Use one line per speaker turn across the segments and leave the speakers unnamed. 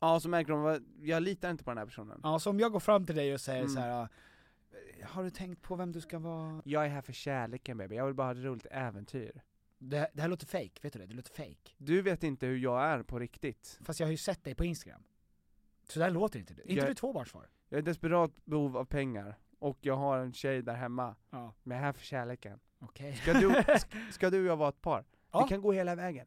Ja, så märker de, vad- jag litar inte på den här personen.
Ja, så om jag går fram till dig och säger så här. "Ah, har du tänkt på vem du ska vara?
Jag är här för kärleken baby, jag vill bara ha ett roligt äventyr.
Det, det här låter fake, vet du det? Det låter fake.
Du vet inte hur jag är på riktigt.
Fast jag har ju sett dig på Instagram. Så där låter inte du. Är inte
Jag-
du tvåbarnsfar?
Jag är i desperat behov av pengar, och jag har en tjej där hemma,
Ja,
men jag är här för kärleken.
okej.
Ska du, sk- ska du och jag vara ett par?
Ja.
Vi kan gå hela vägen.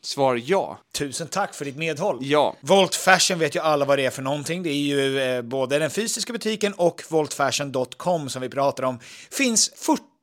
Svar ja.
Tusen tack för ditt medhåll.
Ja.
Volt Fashion vet ju alla vad det är för någonting. Det är ju eh, både den fysiska butiken och voltfashion.com som vi pratar om. Finns 40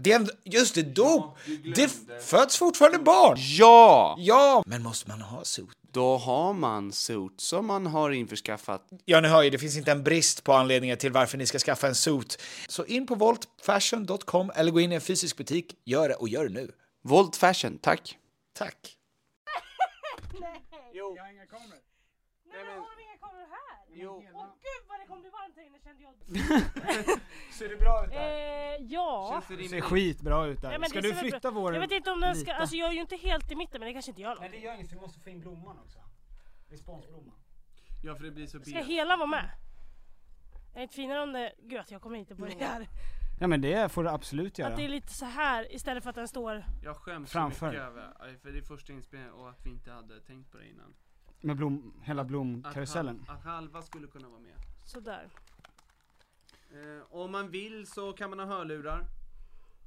Det är en, just det, dop! det f- föds fortfarande barn!
Ja!
Ja! Men måste man ha suit?
Då har man suits som man har införskaffat.
Ja, ni hör ju, det finns inte en brist på anledningar till varför ni ska skaffa en suit. Så in på voltfashion.com eller gå in i en fysisk butik. Gör det och gör det nu.
Volt fashion, tack.
Tack.
Nej men har de inga kameror här? Åh gud vad det kommer bli varmt här inne kände jag.
Ser det bra ut
Eh, ja.
Det ser skitbra ut där.
Nej, men
ska du
det ser väl bra-
flytta vår
Jag vet inte om den ska,
lita?
alltså jag är ju inte helt i mitten men det kanske inte gör något.
gör inget, vi måste få in blomman också. Responsblomman.
Ja för det blir så
Ska hela vara med? Är det inte finare om det, gud att jag kommer inte på det här.
Ja men det får du absolut göra.
Att det är lite så här istället för att den står...
Jag skäms
Framför.
så mycket över, för det är första inspelningen och att vi inte hade tänkt på det innan.
Med blom, hela
Att,
blomkarusellen.
hal- att halva skulle kunna vara med.
Sådär.
Eh, om man vill så kan man ha hörlurar.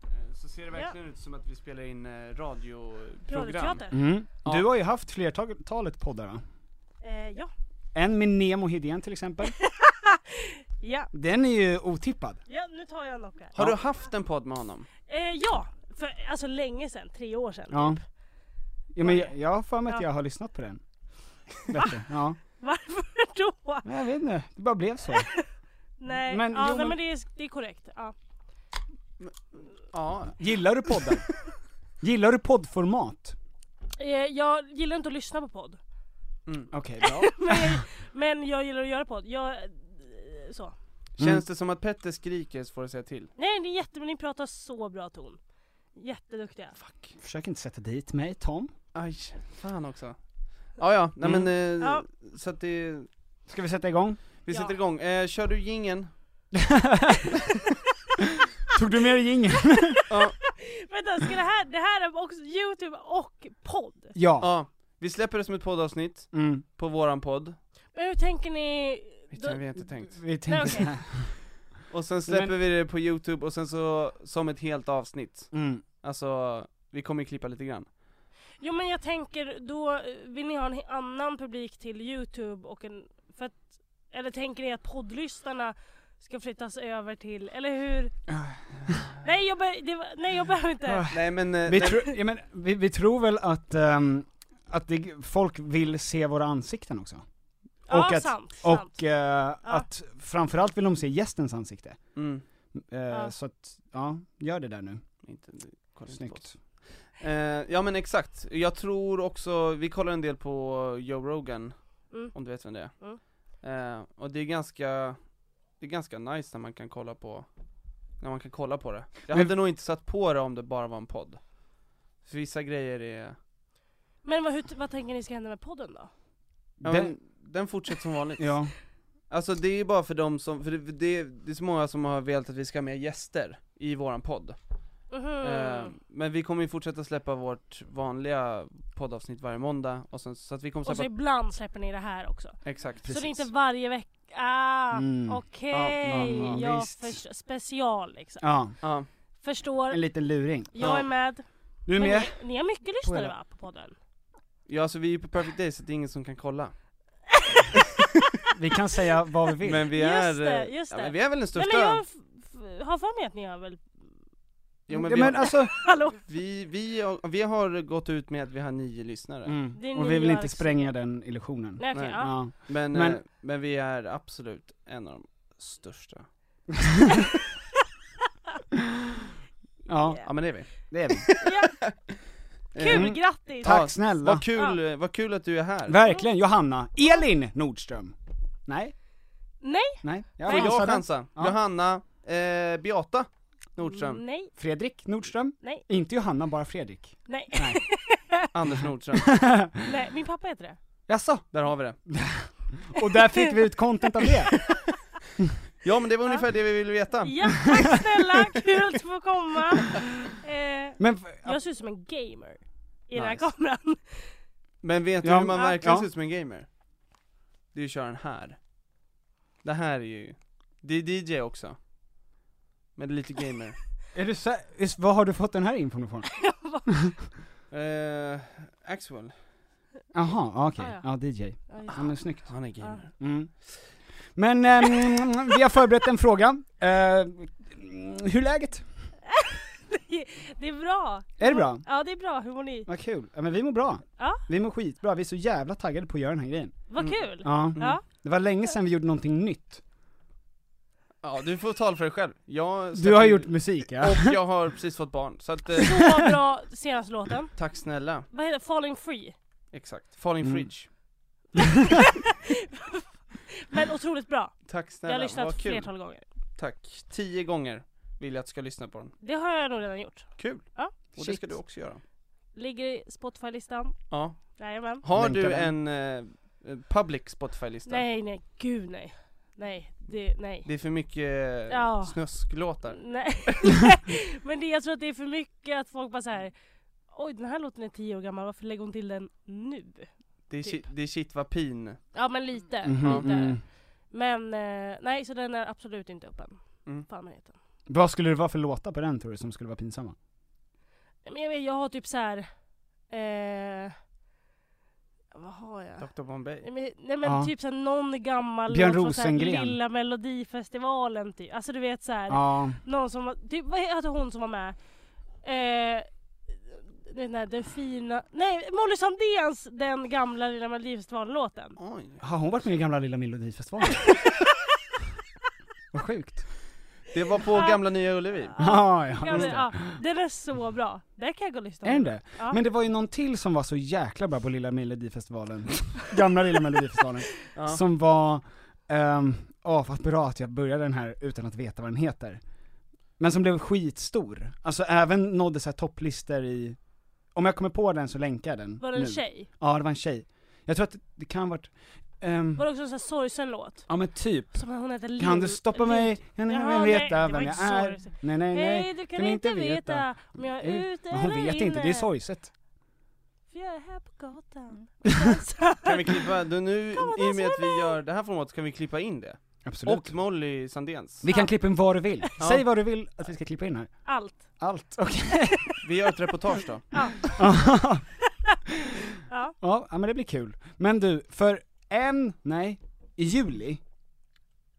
Eh, så ser det verkligen ut som att vi spelar in eh, radioprogram.
Radioteater.
Mm.
Ja.
Du har ju haft flertalet poddar va?
Eh, ja.
En med Nemo Hedén till exempel.
ja.
Den är ju otippad.
Ja, nu tar jag en Nocke.
Har du haft en podd med honom?
Eh, ja! För alltså länge sedan, tre år sedan.
Ja. typ. ja men jag, jag har för mig att
Ja.
jag har lyssnat på den. Bättre. Ja.
Varför då?
Men jag vet inte, det bara blev så.
Nej,
Men-
men, ja,
jo,
nej,
men-
men det, är, det är korrekt. Ja.
Ja.
Gillar du poddar? Gillar du poddformat?
Eh, jag gillar inte att lyssna på podd.
Okej, bra.
Men jag, men jag gillar att göra podd. Jag, eh, så.
Känns
Mm.
det som att Petter skriker så får du säga till?
Nej, ni, är jätte, men ni pratar så bra ton. Jätteduktiga.
Försök inte sätta dit mig, Tom.
Aj, fan också. Ja, ja, nej
Mm.
men eh,
Ja.
så att det,
Ska vi sätta igång?
vi
Ja.
sätter igång. Eh, kör du gingen?
Tog du med dig jingeln?
Vänta, ska det här, det här är också youtube och podd?
Ja.
Ja. Vi släpper det som ett poddavsnitt
Mm.
på våran podd.
Men hur tänker ni?
Vet
Då,
jag, vi har inte tänkt.
Vi tänkte
Nej,
så
okej.
här.
Och sen släpper
Men-
vi det på youtube och sen så, som ett helt avsnitt.
Mm.
Alltså, vi kommer ju klippa lite grann.
jo men jag tänker, då eh, vill ni ha en he- annan publik till youtube och en, för att, eller tänker ni att poddlyssnarna ska flyttas över till, eller hur? nej, jag be, det, var- nej jag behöver inte.
Nej men, eh,
Vi,
nej,
tror- ja, men, vi, vi tror väl att, ehm, att det, folk vill se våra ansikten också. och
Ja,
att-
sant. sant.
Och eh, att framförallt vill de se gästens ansikte.
mm,
Eh, Så att, ja, gör det där nu.
inte, kolla inte på oss.
Snyggt.
Eh, ja men exakt, jag tror också, vi kollar en del på Joe Rogan,
Mm.
om du vet vem det är.
Mm.
Eh, och det är ganska, det är ganska nice när man kan kolla på, när man kan kolla på det. Jag
Men-
hade nog inte satt på det om det bara var en podd. För vissa grejer är,
Men vad, hur, vad tänker ni ska hända med podden då?
ja,
Den-
den, den fortsätter som vanligt.
Ja.
Alltså det är ju bara för dem som, för det, det, det är så många som har velat att vi ska ha med gäster i våran podd.
Mhm.
Ehm,
Eh, men vi kommer ju fortsätta släppa vårt vanliga poddavsnitt varje måndag, och sen, så att vi kommer
och så
släppa,
ibland släpper ni det här också.
exakt.
Så det är inte varje vecka. Ah,
Mm.
okej.
Ja,
ja, ja,
jag
visst.
förstår. Special liksom.
ja,
Ja,
Förstår.
en liten luring.
Jag är med.
Du är
Men
med?
Ni, ni har mycket lyssnare
hela-
va, på podden?
ja alltså vi är ju på Perfect Day så det är ingen som kan kolla.
Vi kan säga vad vi vill.
Men vi
Just
är,
det,
eh,
just
Ja,
det.
men vi är väl den
Nej
största,
men jag f- f- har för mig att ni har väl...
jo, men
Ja,
vi,
men alltså,
Hallå?
vi, vi, har- vi har gått ut med att vi har nio lyssnare,
Det är
mm. och
ni
vi vill
gör
inte
också.
spränga den illusionen.
Nej okej,
Nej.
ja.
Ja.
men,
Men-
men, men vi är absolut en av de största.
Ja,
Ja men det är vi.
det är vi.
ja. Kul,
Mm.
grattis!
Tack
Ja,
snälla.
Vad kul, eh, vad kul att du är här.
Verkligen, Johanna. Elin Nordström. Nej,
Nej!
nej. Jag
Får jag
chansade.
chansa?
Ja.
Johanna, eh, Beata Nordström,
Nej,
Fredrik Nordström.
nej,
Inte Johanna, bara Fredrik.
nej,
Nej.
Anders Nordström,
nej, min pappa heter det.
Jaså?
där har vi det.
Och där fick vi ut content av det.
Ja men det var ungefär det vi ville veta.
Ja, tack snälla, kul att få komma! Eh,
Men, f-
jag ser ut som en gamer i den här
Nice.
kameran.
Men vet du
Ja. ah,
hur man verkligen
Ja.
ser ut som en gamer? Det är ju att köra den här. Det här är ju, det är DJ också. Men det är lite gamer.
är du sä- is- vad har du fått den här infon ifrån?
eh, Axwell,
Jaha, ja, okej.
Ah,
Ja, DJ.
Ja, just
Ja, men snyggt.
han är gamer.
Mm. Men ehm, vi har förberett en fråga. Eh, hur är läget?
det. det är bra!
Är det bra?
Ja det är bra, hur mår ni?
Vad kul. Ja, men vi mår bra.
Ja.
Vi mår skitbra. Vi är så jävla taggade på att göra den här grejen.
Vad
Mm.
kul!
Ja.
Ja.
Mm. Det var länge sedan vi gjorde någonting nytt.
Ja du får tala för dig själv. Jag
Du har gjort musik ja. Mm-hmm.
Och jag har precis fått barn, så att, eh,
Så bra senaste låten.
tack snälla.
Vad heter det? Falling Free.
Exakt. Falling
Mm.
Fridge.
Men otroligt bra.
Tack
Jag har
snälla, vad
lyssnat
kul.
flertal gånger.
Tack. Tio gånger vill jag att du ska lyssna på den.
Det har jag nog redan gjort.
Kul!
Ja.
Och det
Shit.
ska du också göra.
Ligger i Spotify-listan.
Ja.
Jajamän.
Har
Länkar
du
den.
en eh, public Spotify-lista?
Nej nej, gud nej. Nej. det, nej.
Det är för mycket
Ja.
ja. snusklåtar.
Nej. Men det, jag tror att det är för mycket att folk bara så här. Oj den här låten är tio år gammal, varför lägger hon till den nu?
Det är,
Typ.
shit, det är shitvapin.
Ja men lite,
Mm-hmm.
lite.
Mm-hmm.
Men eh, nej så den är absolut inte öppen.
Mm.
Fan vad heter den?
Vad skulle det vara för låtar på den tror du som skulle vara pinsamma?
Nej, Men jag vet, jag har typ så här. Eh, vad har jag?
Dr Bombay.
Nej men, nej, men
Ja.
typ såhär någon gammal
Björn
låt från så här
Rosengren.
Lilla Melodifestivalen typ. Alltså du vet såhär,
Ja,
någon som var, typ, vad heter hon som var med? Eh, den där, den fina, nej Molly Sandéns den gamla Lilla Melodifestivalen-låten.
Oj.
har hon varit med i gamla Lilla Melodifestivalen? Vad sjukt.
Det var på gamla Nya Ullevi.
Ja, ja,
Ja,
just
men,
det.
ja, den är så bra. Den kan jag gå och lyssna på.
Är den det?
Ja.
Men det var ju någon till som var så jäkla bra på Lilla Melodifestivalen, gamla Lilla Melodifestivalen,
Ja.
som var, ehm, åh vad bra att jag började den här utan att veta vad den heter. Men som blev skitstor, alltså även nådde så här topplistor i, om jag kommer på den så länkar jag den
Var det en
nu.
tjej?
Ja det var en tjej. Jag tror att det kan ha varit, ehm,
Var det också en sån här sorgsen låt?
ja men typ,
Som hon heter Lin.
kan du stoppa mig, kan
Jaha,
jag
nej,
veta
det var
vem jag
inte
är?
sorgsen.
Nej nej nej.
Hej du kan, inte veta om jag är ute
Men Eh, hon
eller
vet
inne.
inte, det är sorgset.
För jag är här på
Mm.
gatan.
Kan vi klippa, då nu,
Kom och
i och med
dansa
att vi
med mig.
gör det här formatet kan vi klippa in det.
Absolut.
Och Molly Sandéns.
Vi kan klippa in vad du vill.
Ja.
Säg vad du vill att vi ska klippa in här.
Allt.
Allt. Okej.
Vi gör ett reportage då.
Ja.
ja, ja, men det blir kul. Men du, för en, nej, i juli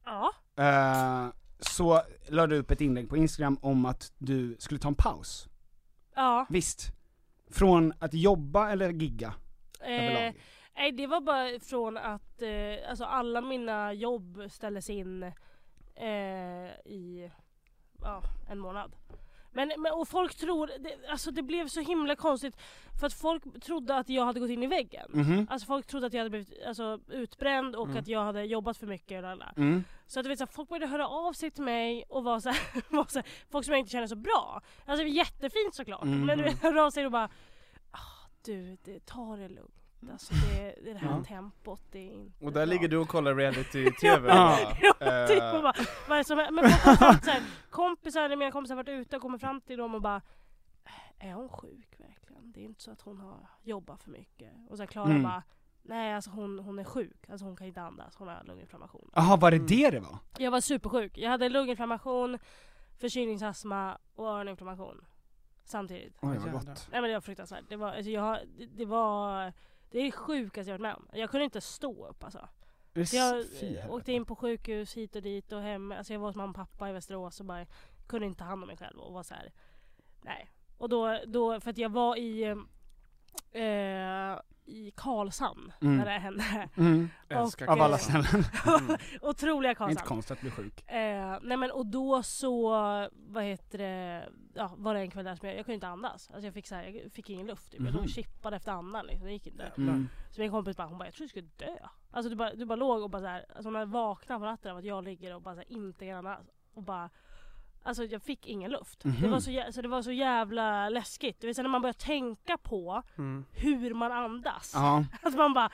Ja.
eh, så la du upp ett inlägg på Instagram om att du skulle ta en paus.
Ja.
Visst? Från att jobba eller gigga
Eh,
överlag.
nej det var bara från att eh, alltså alla mina jobb ställdes in eh, i ja, en månad. Men, men och folk tror, det, alltså det blev så himla konstigt för att folk trodde att jag hade gått in i väggen.
Mhm.
Alltså folk trodde att jag hade blivit alltså, utbränd och att jag hade jobbat för mycket. Och alla.
Mm.
Så att du vet, så här, folk började höra av sig till mig och var så här, var så här, folk som jag inte känner så bra. Alltså det var jättefint såklart, men
Mhm.
du vet, hörde av sig och bara ah, du, det, ta det lugnt. Alltså det, det är det här tempot, det är inte
Och där
bra.
ligger du eh, och kollar reality-tv.
Ja.
Ja, typ och bara, vad är det som händer? Men folk har sagt så här, kompisar, eller mina kompisar har varit ute och kommit fram till dem och bara "Äh, Är hon sjuk verkligen? Det är inte så att hon har jobbat för mycket. Och så här, Klara
Mm.
bara Nej alltså hon, hon är sjuk, alltså hon kan inte andas, hon har lunginflammation.
Jaha, var det
Mm.
det det var?
Jag var supersjuk. Jag hade lunginflammation, förkylningsastma och öroninflammation. Samtidigt.
Oj, vad
Jävlar.
gott.
Nej men det var fruktansvärt. Det var, alltså jag, det, det var, det är det sjukaste jag varit med om. Jag kunde inte stå upp alltså.
Det är
Så jag
s- fy
eh,
helvete.
åkte in på sjukhus hit och dit och hem. Alltså jag var hos mamma och pappa i Västerås och bara kunde inte ta hand om mig själv och var så här. Nej. Och då, då för att jag var i, eh, i Karlshamn
Mm.
när det hände.
Mm.
Älskar
Av
Okej.
alla ställen.
Otroliga
Det är inte
Karlshamn.
konstigt att bli sjuk.
Eh, nej men och då så, vad heter det, ja, var det en kväll där som jag, jag kunde inte andas. Alltså jag fick, så här, jag fick ingen luft typ. Jag låg
Mhm.
och chippade efter andan liksom. det gick inte.
Mm.
Så min kompis bara, hon bara jag tror du skulle dö. Alltså du bara, du bara låg och bara såhär, alltså hon hade vaknat på natten av att jag ligger och bara så här, inte kan andas. Och bara, alltså jag fick ingen luft.
Mhm.
Det, var så, jä- så det var så jävla läskigt. Det vill säga när man börjar tänka på
Mm.
hur man andas.
Ja,
Att Alltså man bara,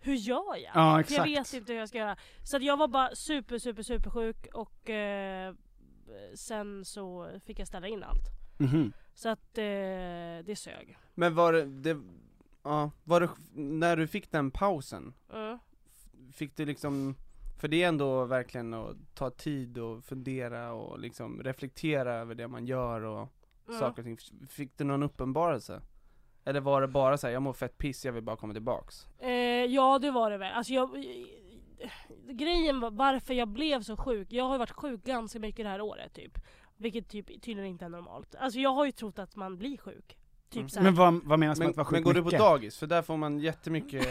hur gör jag?
ja
För jag
exakt.
vet inte hur jag ska göra. Så att jag var bara super super super sjuk och eh, sen så fick jag ställa in allt.
Mhm.
Så att eh, det sög.
Men var det, det, ja, var det, när du fick den pausen,
Mm.
fick du liksom, för det är ändå verkligen att ta tid och fundera och liksom reflektera över det man gör och
Mm.
saker och ting. Fick du någon uppenbarelse? Eller var det bara så här, jag mår fett piss, jag vill bara komma tillbaks?
Eh, ja det var det väl. Alltså jag, grejen var varför jag blev så sjuk. Jag har ju varit sjuk ganska mycket det här året typ. Vilket typ tydligen inte är normalt. Alltså jag har ju trott att man blir sjuk. Typ
Mm.
så här,
Men vad, vad menas med
Men,
att vara sjuk
men går du på
mycket?
dagis? För där får man jättemycket,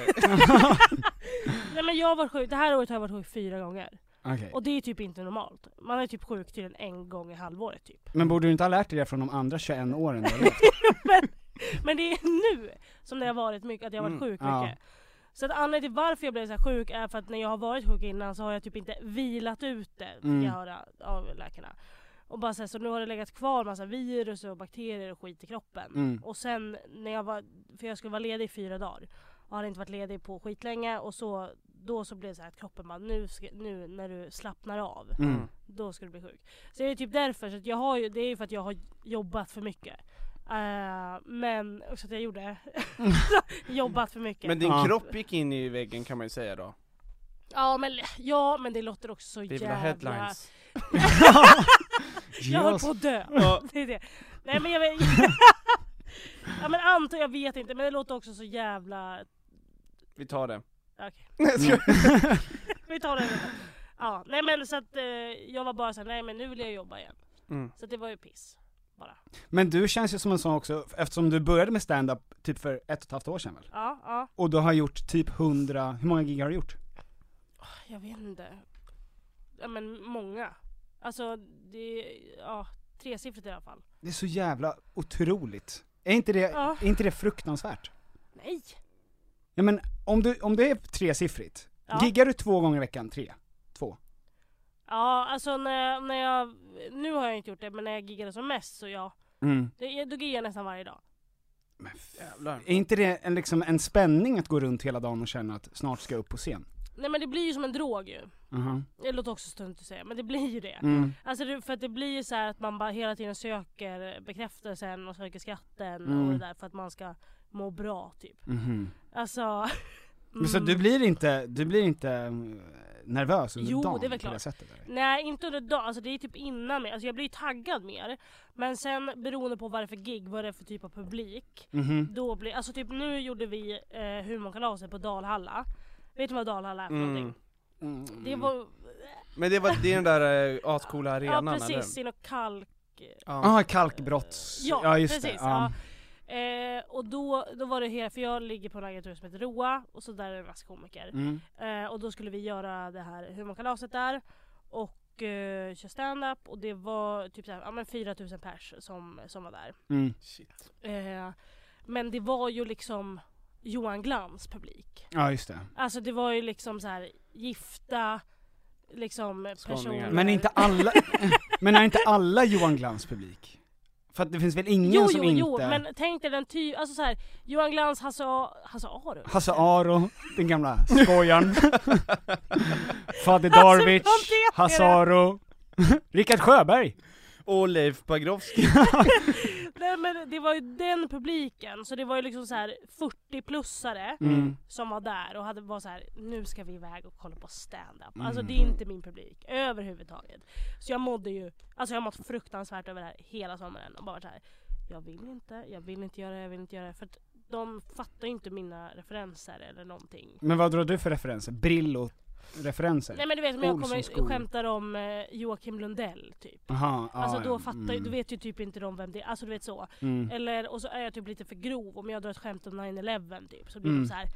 Nej men jag har varit sjuk, det här året har jag varit sjuk fyra gånger.
Okej.
Och det är typ inte normalt. Man är typ sjuk tydligen en gång i halvåret typ.
Men borde du inte ha lärt dig det från de andra 21 åren du har levt?
Men det är nu som det har varit mycket, att jag har varit
Mm,
sjuk
ja.
mycket. Så att anledningen till varför jag blev så här sjuk är för att när jag har varit sjuk innan så har jag typ inte vilat ut det, fick
Mm.
jag höra av läkarna. Och bara så, här, så nu har det legat kvar massa virus och bakterier och skit i kroppen.
Mm.
Och sen när jag var, för jag skulle vara ledig i fyra dagar och hade inte varit ledig på skitlänge och så då så blev det så här att kroppen bara, nu, ska, nu när du slappnar av,
Mm.
då ska du bli sjuk. Så det är typ därför, så att jag har ju, det är ju för att jag har jobbat för mycket. Eh, men, också att jag gjorde, jobbat för mycket.
Men din
Ja.
kropp gick in i väggen kan man ju säga då.
Ja men, ja men det låter också så
Det är väl
jävla...
headlines.
Jag höll
Yes.
på att dö.
Ja.
Det är det. Nej men jag vet... ja men antar, jag vet inte, men det låter också så jävla...
Vi tar det.
Okej,
Mm.
vi tar det. sen. Ja, nej men så att eh, jag var bara såhär, nej men nu vill jag jobba igen.
Mm.
Så att det var ju piss. Bara.
Men du känns ju som en sån också, eftersom du började med stand-up typ för ett och ett halvt år sedan väl?
Ja, ja.
Och du har gjort typ 100, hur många gig har du gjort?
Jag vet inte. Ja men många. Alltså det, ja, tresiffrigt i alla fall.
Det är så jävla otroligt. Är inte det,
Ja.
är inte det fruktansvärt?
Nej!
Ja men om, du, om det är tresiffrigt,
Ja.
giggar du två gånger i veckan? Tre? Två?
Ja, alltså när, när jag, nu har jag inte gjort det, men när jag giggade som mest så ja.
Mm.
Det, då giggar jag nästan varje dag.
Jävlar.
Är inte det en, liksom en spänning att gå runt hela dagen och känna att snart ska jag upp på scen?
Nej men det blir ju som en drog ju.
Mhm.
Det låter också stunt att säga, men det blir ju det.
Mm.
Alltså det, för att det blir ju så här att man bara hela tiden söker bekräftelsen och söker skatten
Mm.
och det där för att man ska må bra typ.
Mhm.
Alltså...
Men Så
mm.
du blir inte, du blir inte mm, nervös under
Jo,
dagen
det är väl
på det
klart.
sättet? Eller?
Nej inte under dagen, alltså det är typ innan mig. Alltså jag blir ju taggad mer. Men sen beroende på vad det är för gig, vad det är för typ av publik.
Mhm.
Då blir, alltså typ nu gjorde vi eh, humorkalaset på Dalhalla. Vet du vad Dalhalla är för
Mm.
någonting? Det var,
Men det, var, det är den där äh, ascoola arenan
ja
eller?
precis, inom kalk
Ja.
Ah, kalkbrotts...
Ja,
just
precis.
det. Ja.
Ja. Eh, och då, då var det hela, för jag ligger på en agentur som heter Roa och så där är det en massa komiker.
Mm.
Eh, och då skulle vi göra det här humorkalaset där och eh, köra stand-up och det var typ såhär, ja men 4000 pers som, som var där.
Mm.
Eh, men det var ju liksom Johan Glans publik.
ja, just det.
Alltså det var ju liksom så här gifta, liksom personer.
Skåningar.
Men är inte alla, men är inte alla Johan Glans publik? För att det finns väl ingen
Jo,
som
jo,
inte...
jo, men tänk dig den typ, alltså såhär, Johan Glans, Hasse, A- Hasse Aro.
Hasse Aro, den gamla skojaren. Fadde
Alltså,
Darwich,
vad vet jag
Hasse
det?
Aro. Rickard Sjöberg.
Och Leif Pagrotsky.
Nej men det var ju den publiken, så det var ju liksom så här 40-plussare som var där och hade var så här: nu ska vi iväg och kolla på stand-up. Alltså det är inte min publik överhuvudtaget. Så jag mådde ju, alltså jag har mått fruktansvärt över det här hela sommaren och bara varit så här. jag vill inte, jag vill inte göra det, jag vill inte göra det. För att de fattar ju inte mina referenser eller någonting.
Men vad drar du för referenser? Brillo-referenser?
Nej men du vet om jag
Olsons
kommer
skor.
och skämtar om eh, Joakim Lundell typ.
Aha, ja,
Alltså
ja,
då fattar ju,
mm,
då vet ju typ inte de vem det är, alltså du vet så.
mm.
Eller, och så är jag typ lite för grov, om jag drar ett skämt om 9-11 typ så blir
Mm.
de så här.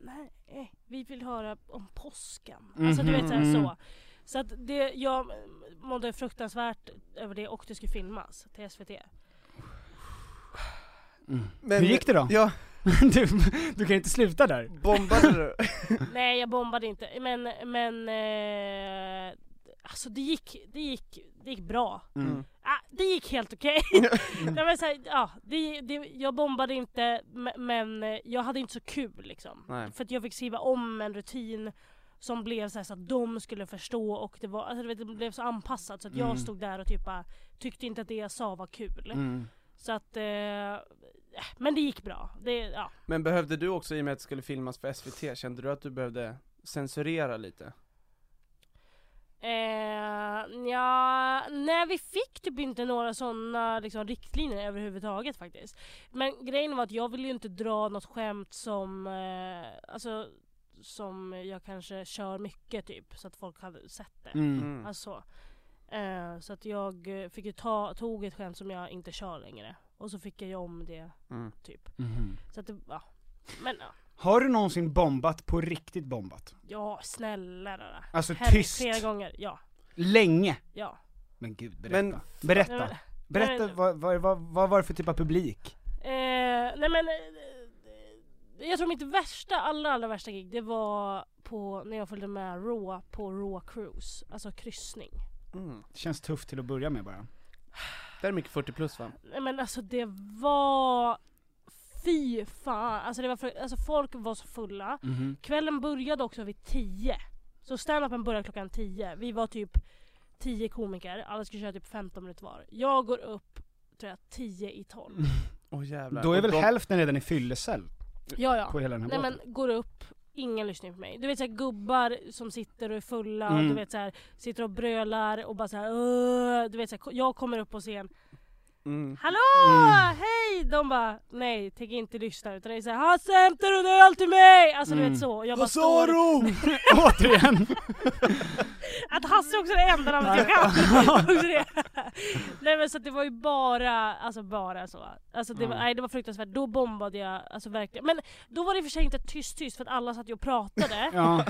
Nej, eh, vi vill höra om påsken. Alltså du vet så, här,
Mhm.
så. Så att det, jag mådde fruktansvärt över det och det skulle filmas till SVT.
Hur gick det då?
Ja,
Du, du kan inte sluta där.
bombade du?
Nej jag bombade inte men, men eh, alltså det gick, det gick, det gick bra.
Mm.
Ah, det gick helt okej. Nej, men så här, ja, det, det, jag bombade inte m- men eh, jag hade inte så kul liksom.
Nej.
För att jag fick skriva om en rutin som blev så, här, så att de skulle förstå och det, var, alltså, du vet, det blev så anpassat så att
Mm.
jag stod där och typ bara, tyckte inte att det jag sa var kul.
Mm.
Så att, eh, men det gick bra. Det, ja.
Men behövde du också, i och med att det skulle filmas för SVT, kände du att du behövde censurera lite?
Eh, ja, nej vi fick typ inte några sådana liksom, riktlinjer överhuvudtaget faktiskt. Men grejen var att jag ville ju inte dra något skämt som, eh, alltså, som jag kanske kör mycket typ så att folk hade sett det.
Mm.
Alltså, eh, så att jag eh, fick ju ta, tog ett skämt som jag inte kör längre. Och så fick jag ju om det
Mm.
typ.
Mhm.
Så att det, ja. Men ja,
Har du någonsin bombat på riktigt bombat?
ja snälla rara.
Alltså
Herre,
tyst.
Flera gånger, ja.
Länge?
Ja.
Men gud, berätta.
Men-
Nej,
berätta.
men-
Berätta,
men-
vad, vad, vad, vad var det för typ av publik?
Eh, nej men, eh, jag tror mitt värsta, allra allra värsta gig det var på, när jag följde med Raw på Raw Cruise, alltså kryssning.
Mm.
Känns tufft till att börja med bara.
Det är mycket 40 plus va?
Nej men alltså det var fy fan. Alltså, det var för, alltså folk var så fulla. Kvällen började också vid 10. Så standupen började klockan 10. Vi var typ 10 komiker, alla skulle köra typ 15 minuter var. Jag går upp, tror jag, 10 i 12.
Åh jävlar.
Då är
Och
väl
de-
hälften redan i fyllecell
Ja, ja.
på hela den här
Nej
båten?
men går upp, ingen lyssnar på mig. Du vet såhär gubbar som sitter och är fulla,
Mm.
du vet såhär sitter och brölar och bara såhär "Åh", Du vet såhär, jag kommer upp på scen,
Mm.
Hallå!
Mm.
Hej! De bara nej, tänker inte lyssna utan det är såhär Hasse hämtar du en öl till mig? Alltså du
Mm.
vet så. Jag bara
Vad sa
står-
du?
Återigen!
Att Hasse också är det enda namnet jag kan. Också det. nej men så att det var ju bara, alltså bara så. Alltså det var,
Mm.
nej, det var fruktansvärt. Då bombade jag alltså verkligen. Men då var det i och för sig inte tyst tyst för att alla satt ju och pratade.
Ja.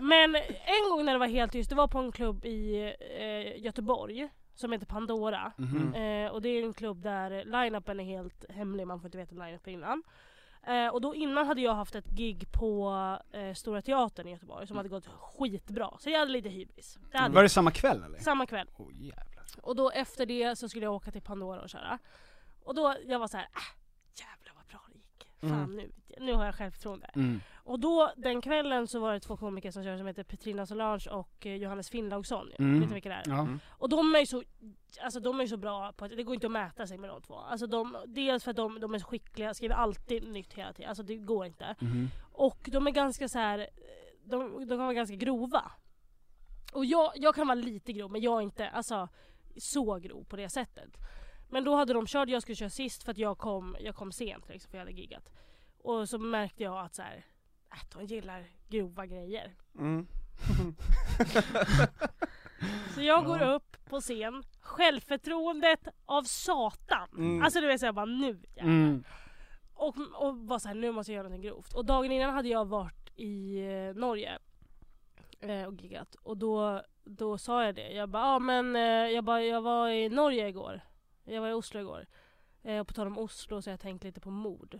Men en gång när det var helt tyst, det var på en klubb i eh, Göteborg som heter Pandora.
Mm.
Eh, och det är en klubb där line-upen är helt hemlig, man får inte veta line-upen innan. Eh, och då innan hade jag haft ett gig på eh, Stora Teatern i Göteborg som hade gått skitbra. Så jag hade lite hybris. Det hade
Mm. Var det samma kväll eller?
jag. Samma kväll.
Åh jävlar.
Och då efter det så skulle jag åka till Pandora och köra. Och då jag var så här, äh, jävlar vad bra det gick. Fan
Mm.
nu, nu har jag självförtroende. Och då den kvällen så var det två komiker som körde som heter Petrina Solange och eh, Johannes Finnlaugsson.
Mm.
Vet ni vilka det är?
Ja.
Och de är ju så, alltså de är ju så bra på att, det går inte att mäta sig med de två. Alltså de, dels för att de, de är så skickliga, skriver alltid nytt hela tiden. Alltså det går inte. Och de är ganska så här, de, de kan vara ganska grova. Och jag, jag kan vara lite grov men jag är inte alltså, så grov på det sättet. Men då hade de kört, jag skulle köra sist för att jag kom, jag kom sent liksom, för jag hade giggat. Och så märkte jag att så här, att de gillar grova grejer.
Mm.
Så jag går upp på scen, självförtroendet av satan. Alltså du vet såhär bara nu jävlar.
Mm.
och, och var såhär nu måste jag göra någonting grovt. Och dagen innan hade jag varit i eh, Norge eh, och giggat och då, då sa jag det. Jag bara, ah, men eh, jag, bara, jag var i Norge igår. Jag var i Oslo igår. Eh, och på tal om Oslo så har jag tänkt lite på mord.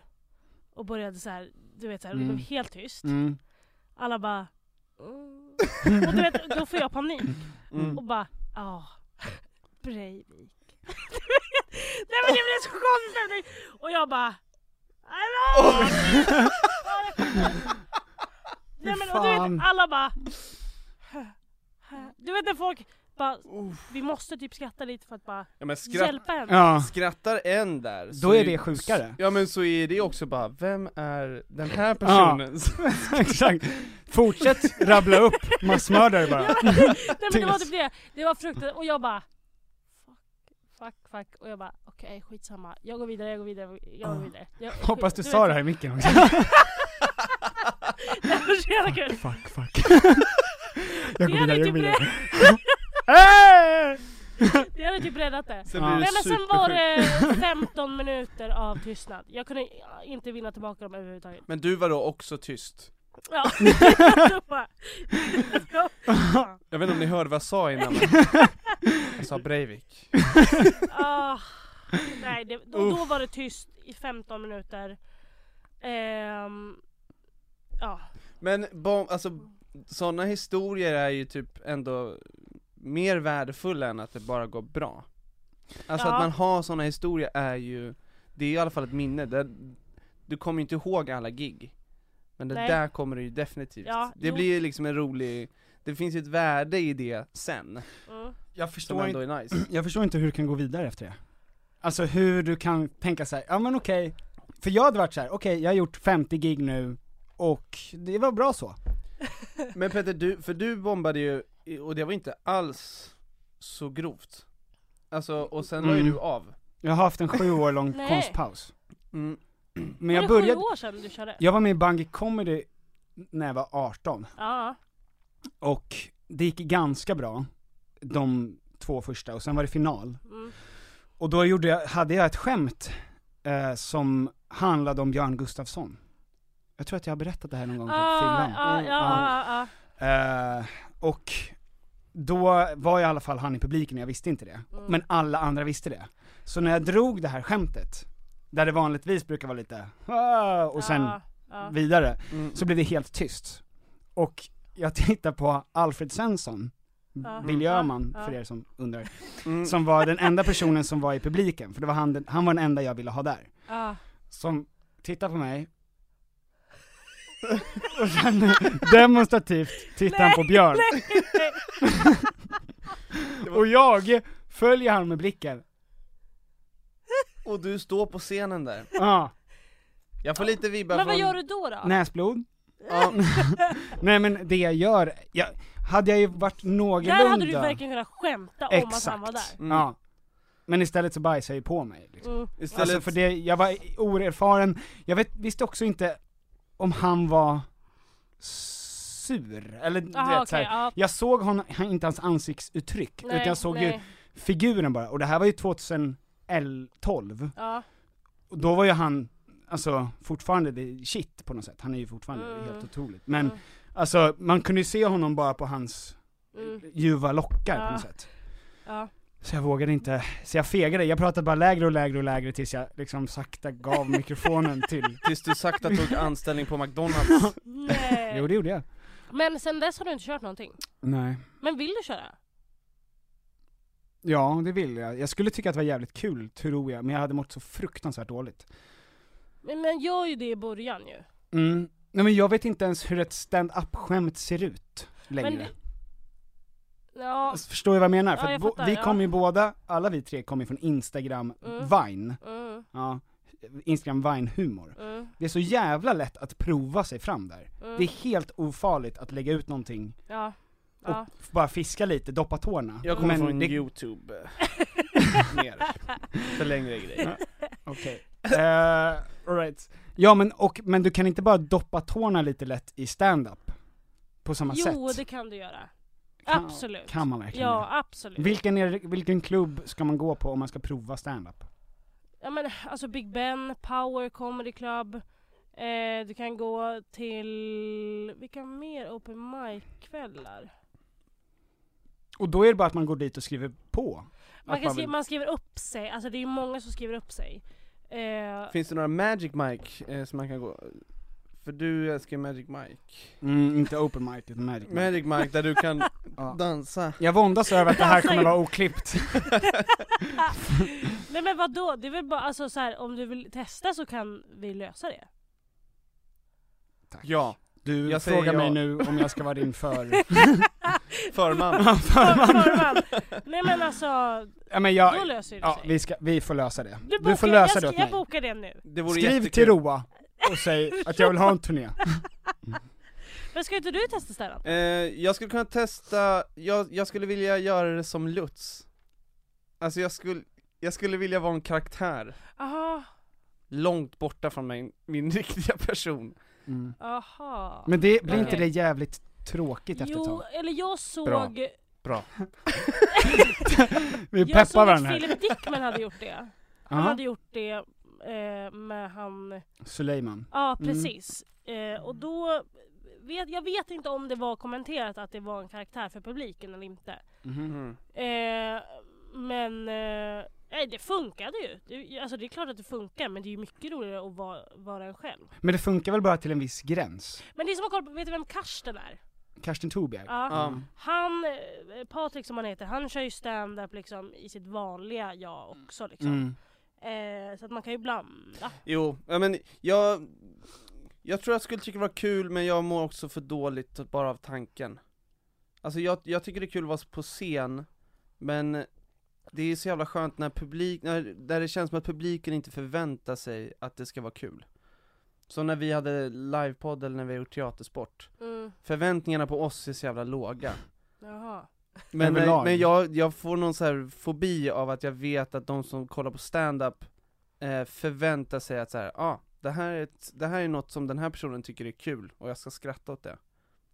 Och började så här, du vet såhär, det blev helt tyst.
Mm.
Alla bara "Mm." Och du vet, då får jag panik.
Mm.
Och bara, ja, Breivik. Nej men det blev så konstigt! Och jag bara, hallå! Nej men och du
Fan.
vet, alla bara Du vet när folk bara, vi måste typ skratta lite för att bara
Ja men skratt,
hjälpa henne.
Ja.
skrattar en där så
Då är det sjukare.
Ja men så är det också bara, vem är den här
Ja.
personen?
Exakt. Fortsätt rabbla upp massmördare bara.
Nej men det var typ det, det var fruktansvärt och jag bara fuck, fuck, fuck och jag bara okej skitsamma, jag går vidare, jag går vidare, jag går vidare. Jag,
Ah. Hoppas du
vet-
sa det här i micken också.
Det var så jävla kul.
Fuck, fuck. Jag
Vi
går
hade
vidare, jag går
typ,
vidare.
rädd-
Äh!
vi hade typ räddat det.
Sen blir
Ja.
det
Nej men sen var
supersjukt.
det 15 minuter av tystnad. Jag kunde inte vinna tillbaka dem överhuvudtaget.
Men du var då också tyst?
Ja. Så bara-
Jag vet inte om ni hörde vad jag sa innan Jag sa Breivik
Ah, nej, det, då, då var det tyst i 15 minuter. Ehm, ja.
Men bom, alltså, sådana historier är ju typ ändå mer värdefulla än att det bara går bra Alltså
Ja.
att man har sådana historier är ju, det är i alla fall ett minne, det, du kommer ju inte ihåg alla gig Men det
Nej.
där kommer du ju definitivt,
Ja,
det
jo.
blir ju liksom en rolig, det finns ju ett värde i det sen,
Mm.
Jag
som
förstår,
ändå
inte,
är nice
jag förstår inte hur du kan gå vidare efter det. Alltså hur du kan tänka så här, ja men okej. För jag hade varit så här, okej jag har gjort 50 gig nu och det var bra så.
Men Peter, du, för du bombade ju, i- och det var inte alls så grovt Alltså, och sen la ju
Mm.
du av
Jag har haft en sju år lång
Nej.
konstpaus.
mm.
Men
Var
jag
det
började,
sju år sedan du körde?
jag var med i Bungy Comedy när jag var 18
Ja.
och det gick ganska bra de två första och sen var det final.
Mm.
Och då gjorde jag, hade jag ett skämt eh, som handlade om Björn Gustafsson. Jag tror att jag har berättat det här någon gång på
Ah,
fyllan.
ah, ja, ja, ja.
Eh, och då var jag i alla fall han i publiken, jag visste inte det.
Mm.
Men alla andra visste det. Så när jag drog det här skämtet, där det vanligtvis brukar vara lite "Ah", och sen
Ja, ja.
vidare,
Mm.
så blev det helt tyst. Och jag tittar på Alfred Svensson,
Ja.
Bill
Ja,
Öhman,
ja.
för er som undrar,
Mm.
som var den enda personen som var i publiken, för det var han, den- han var den enda jag ville ha där.
Ja.
Som tittar på mig. Och sen demonstrativt tittar han på Björn. Och jag följer han med blicken.
Och du står på scenen där.
Ja,
Jag får lite vibbar
Men vad
från...
gör du då då?
näsblod.
Ja,
Nej men det jag gör, jag, hade jag ju varit någorlunda...
Där hade du verkligen kunnat skämta om att han var där.
Mm.
Ja. Men istället så bajsade jag ju på mig. Liksom.
Mm.
istället...
Alltså för det, jag var oerfaren, jag vet, visste också inte om han var sur, eller du
Aha,
vet,
okej,
så här,
ja.
Jag såg honom, han- inte hans ansiktsuttryck, utan jag såg ju figuren bara, och det här var ju 2012,
Ja.
och då var ju han, alltså fortfarande det shit på något sätt, han är ju fortfarande
Mm.
helt otroligt, men
Mm.
alltså man kunde ju se honom bara på hans
Mm.
ljuva lockar
Ja.
på något sätt.
Ja.
Så jag vågade inte, så jag fegade, jag pratade bara lägre och lägre och lägre tills jag liksom sakta gav mikrofonen till
Eh.
Tills du sakta tog anställning på McDonalds.
Nej.
Jo det gjorde jag.
Men sen dess har du inte kört någonting.
Nej.
Men vill du köra?
Ja, det vill jag. Jag skulle tycka att det var jävligt kul, tror jag, men jag hade mått så fruktansvärt dåligt.
Men, men gör ju det i början ju.
Mm. Nej men jag vet inte ens hur ett stand-up-skämt ser ut längre.
det- Ja.
Alltså, Förstår du vad jag menar? För
Ja,
att
jag
bo-
fattar,
vi
ja.
kom ju båda, alla vi tre kom ju från Instagram
Mm.
Vine.
Mm,
Ja, Instagram Vine-humor.
mm,
Det är så jävla lätt att prova sig fram där.
mm.
Det är helt ofarligt att lägga ut någonting
Ja.
och
Ja.
f- bara fiska lite, doppa tårna.
Jag kommer
Men
från
det-
youtube. Mer. För längre grejer.
Okej. Eh, all right. Ja men och, men du kan inte bara doppa tårna lite lätt i stand-up På samma sätt?
Jo, det kan du göra.
Kan-
Absolut.
Kan man verkligen
Ja,
det?
absolut.
vilken, är, vilken klubb ska man gå på om man ska prova stand-up?
Ja men alltså Big Ben, Power Comedy Club. Eh, du kan gå till, vilka mer open mic-kvällar?
Och då är det bara att man går dit och skriver på?
Man,
Att
kan
man
skri-
vill-
man skriver upp sig, alltså det är ju många som skriver upp sig. Eh,
Finns det några Magic Mike eh, som man kan gå? För du älskar Magic Mike.
Mm, inte open mic, utan magic mic.
Magic Mike där du kan
Ja.
dansa.
Jag våndas över att det här
Alltså-
kommer vara oklippt
Nej men vadå, det är väl bara alltså, så här, om du vill testa så kan vi lösa det.
Ja,
Du
Jag säger
frågar mig
ja.
nu om jag ska vara din för...
förman.
För- Förman. Nej men alltså,
ja, men
då
jag,
löser det
ja,
sig.
vi, ska, vi får lösa det.
Du,
Du,
bokar,
får lösa det
jag,
åt
sk- jag
mig.
bokar det nu.
Det vore
Skriv
jättekul.
till Roa och säg att jag vill ha en turné.
Men ska inte du testa Stellan?
Eh, jag skulle kunna testa, jag, jag skulle vilja göra det som Lutz Alltså jag skulle, jag skulle vilja vara en karaktär
Aha,
långt borta från min, min riktiga person Mm.
aha.
Men det, blir inte
Okej.
det jävligt tråkigt efter ett
Jo,
tag?
eller jag såg
Bra.
Vi
Jag
peppar
såg
varandra
att
här.
Philip Dickman hade gjort det. Han
Ja,
hade gjort det eh, med han, ja
Suleiman.
precis. Eh, och då, vet, jag vet inte om det var kommenterat att det var en karaktär för publiken eller inte.
Mm.
Mhm.
Eh, men, eh, nej det funkade ju. Det, alltså det är klart att det funkar men det är ju mycket roligare att vara, vara en själv.
Men det funkar väl bara till en viss gräns?
Men det är som att kolla på, vet du vem Karsten är?
Karsten Thorberg?
Ja.
Ja.
Han, eh, Patrik som han heter, han kör ju stand-up liksom i sitt vanliga jag också liksom.
Mm.
Eh, så att man kan ju blanda.
Jo, ja, men jag, jag tror jag skulle tycka det var kul men jag mår också för dåligt bara av tanken Alltså jag, jag tycker det är kul att vara på scen, men det är så jävla skönt när publik, när, där det känns som att publiken inte förväntar sig att det ska vara kul Som när vi hade livepodd eller när vi har gjort teatersport
Mm.
Förväntningarna på oss är så jävla låga
Jaha.
Men, eh,
Överlag.
men jag, jag får någon så här fobi av att jag vet att de som kollar på stand-up eh, förväntar sig att så här, ah, det, här är ett, det här är något som den här personen tycker är kul och jag ska skratta åt det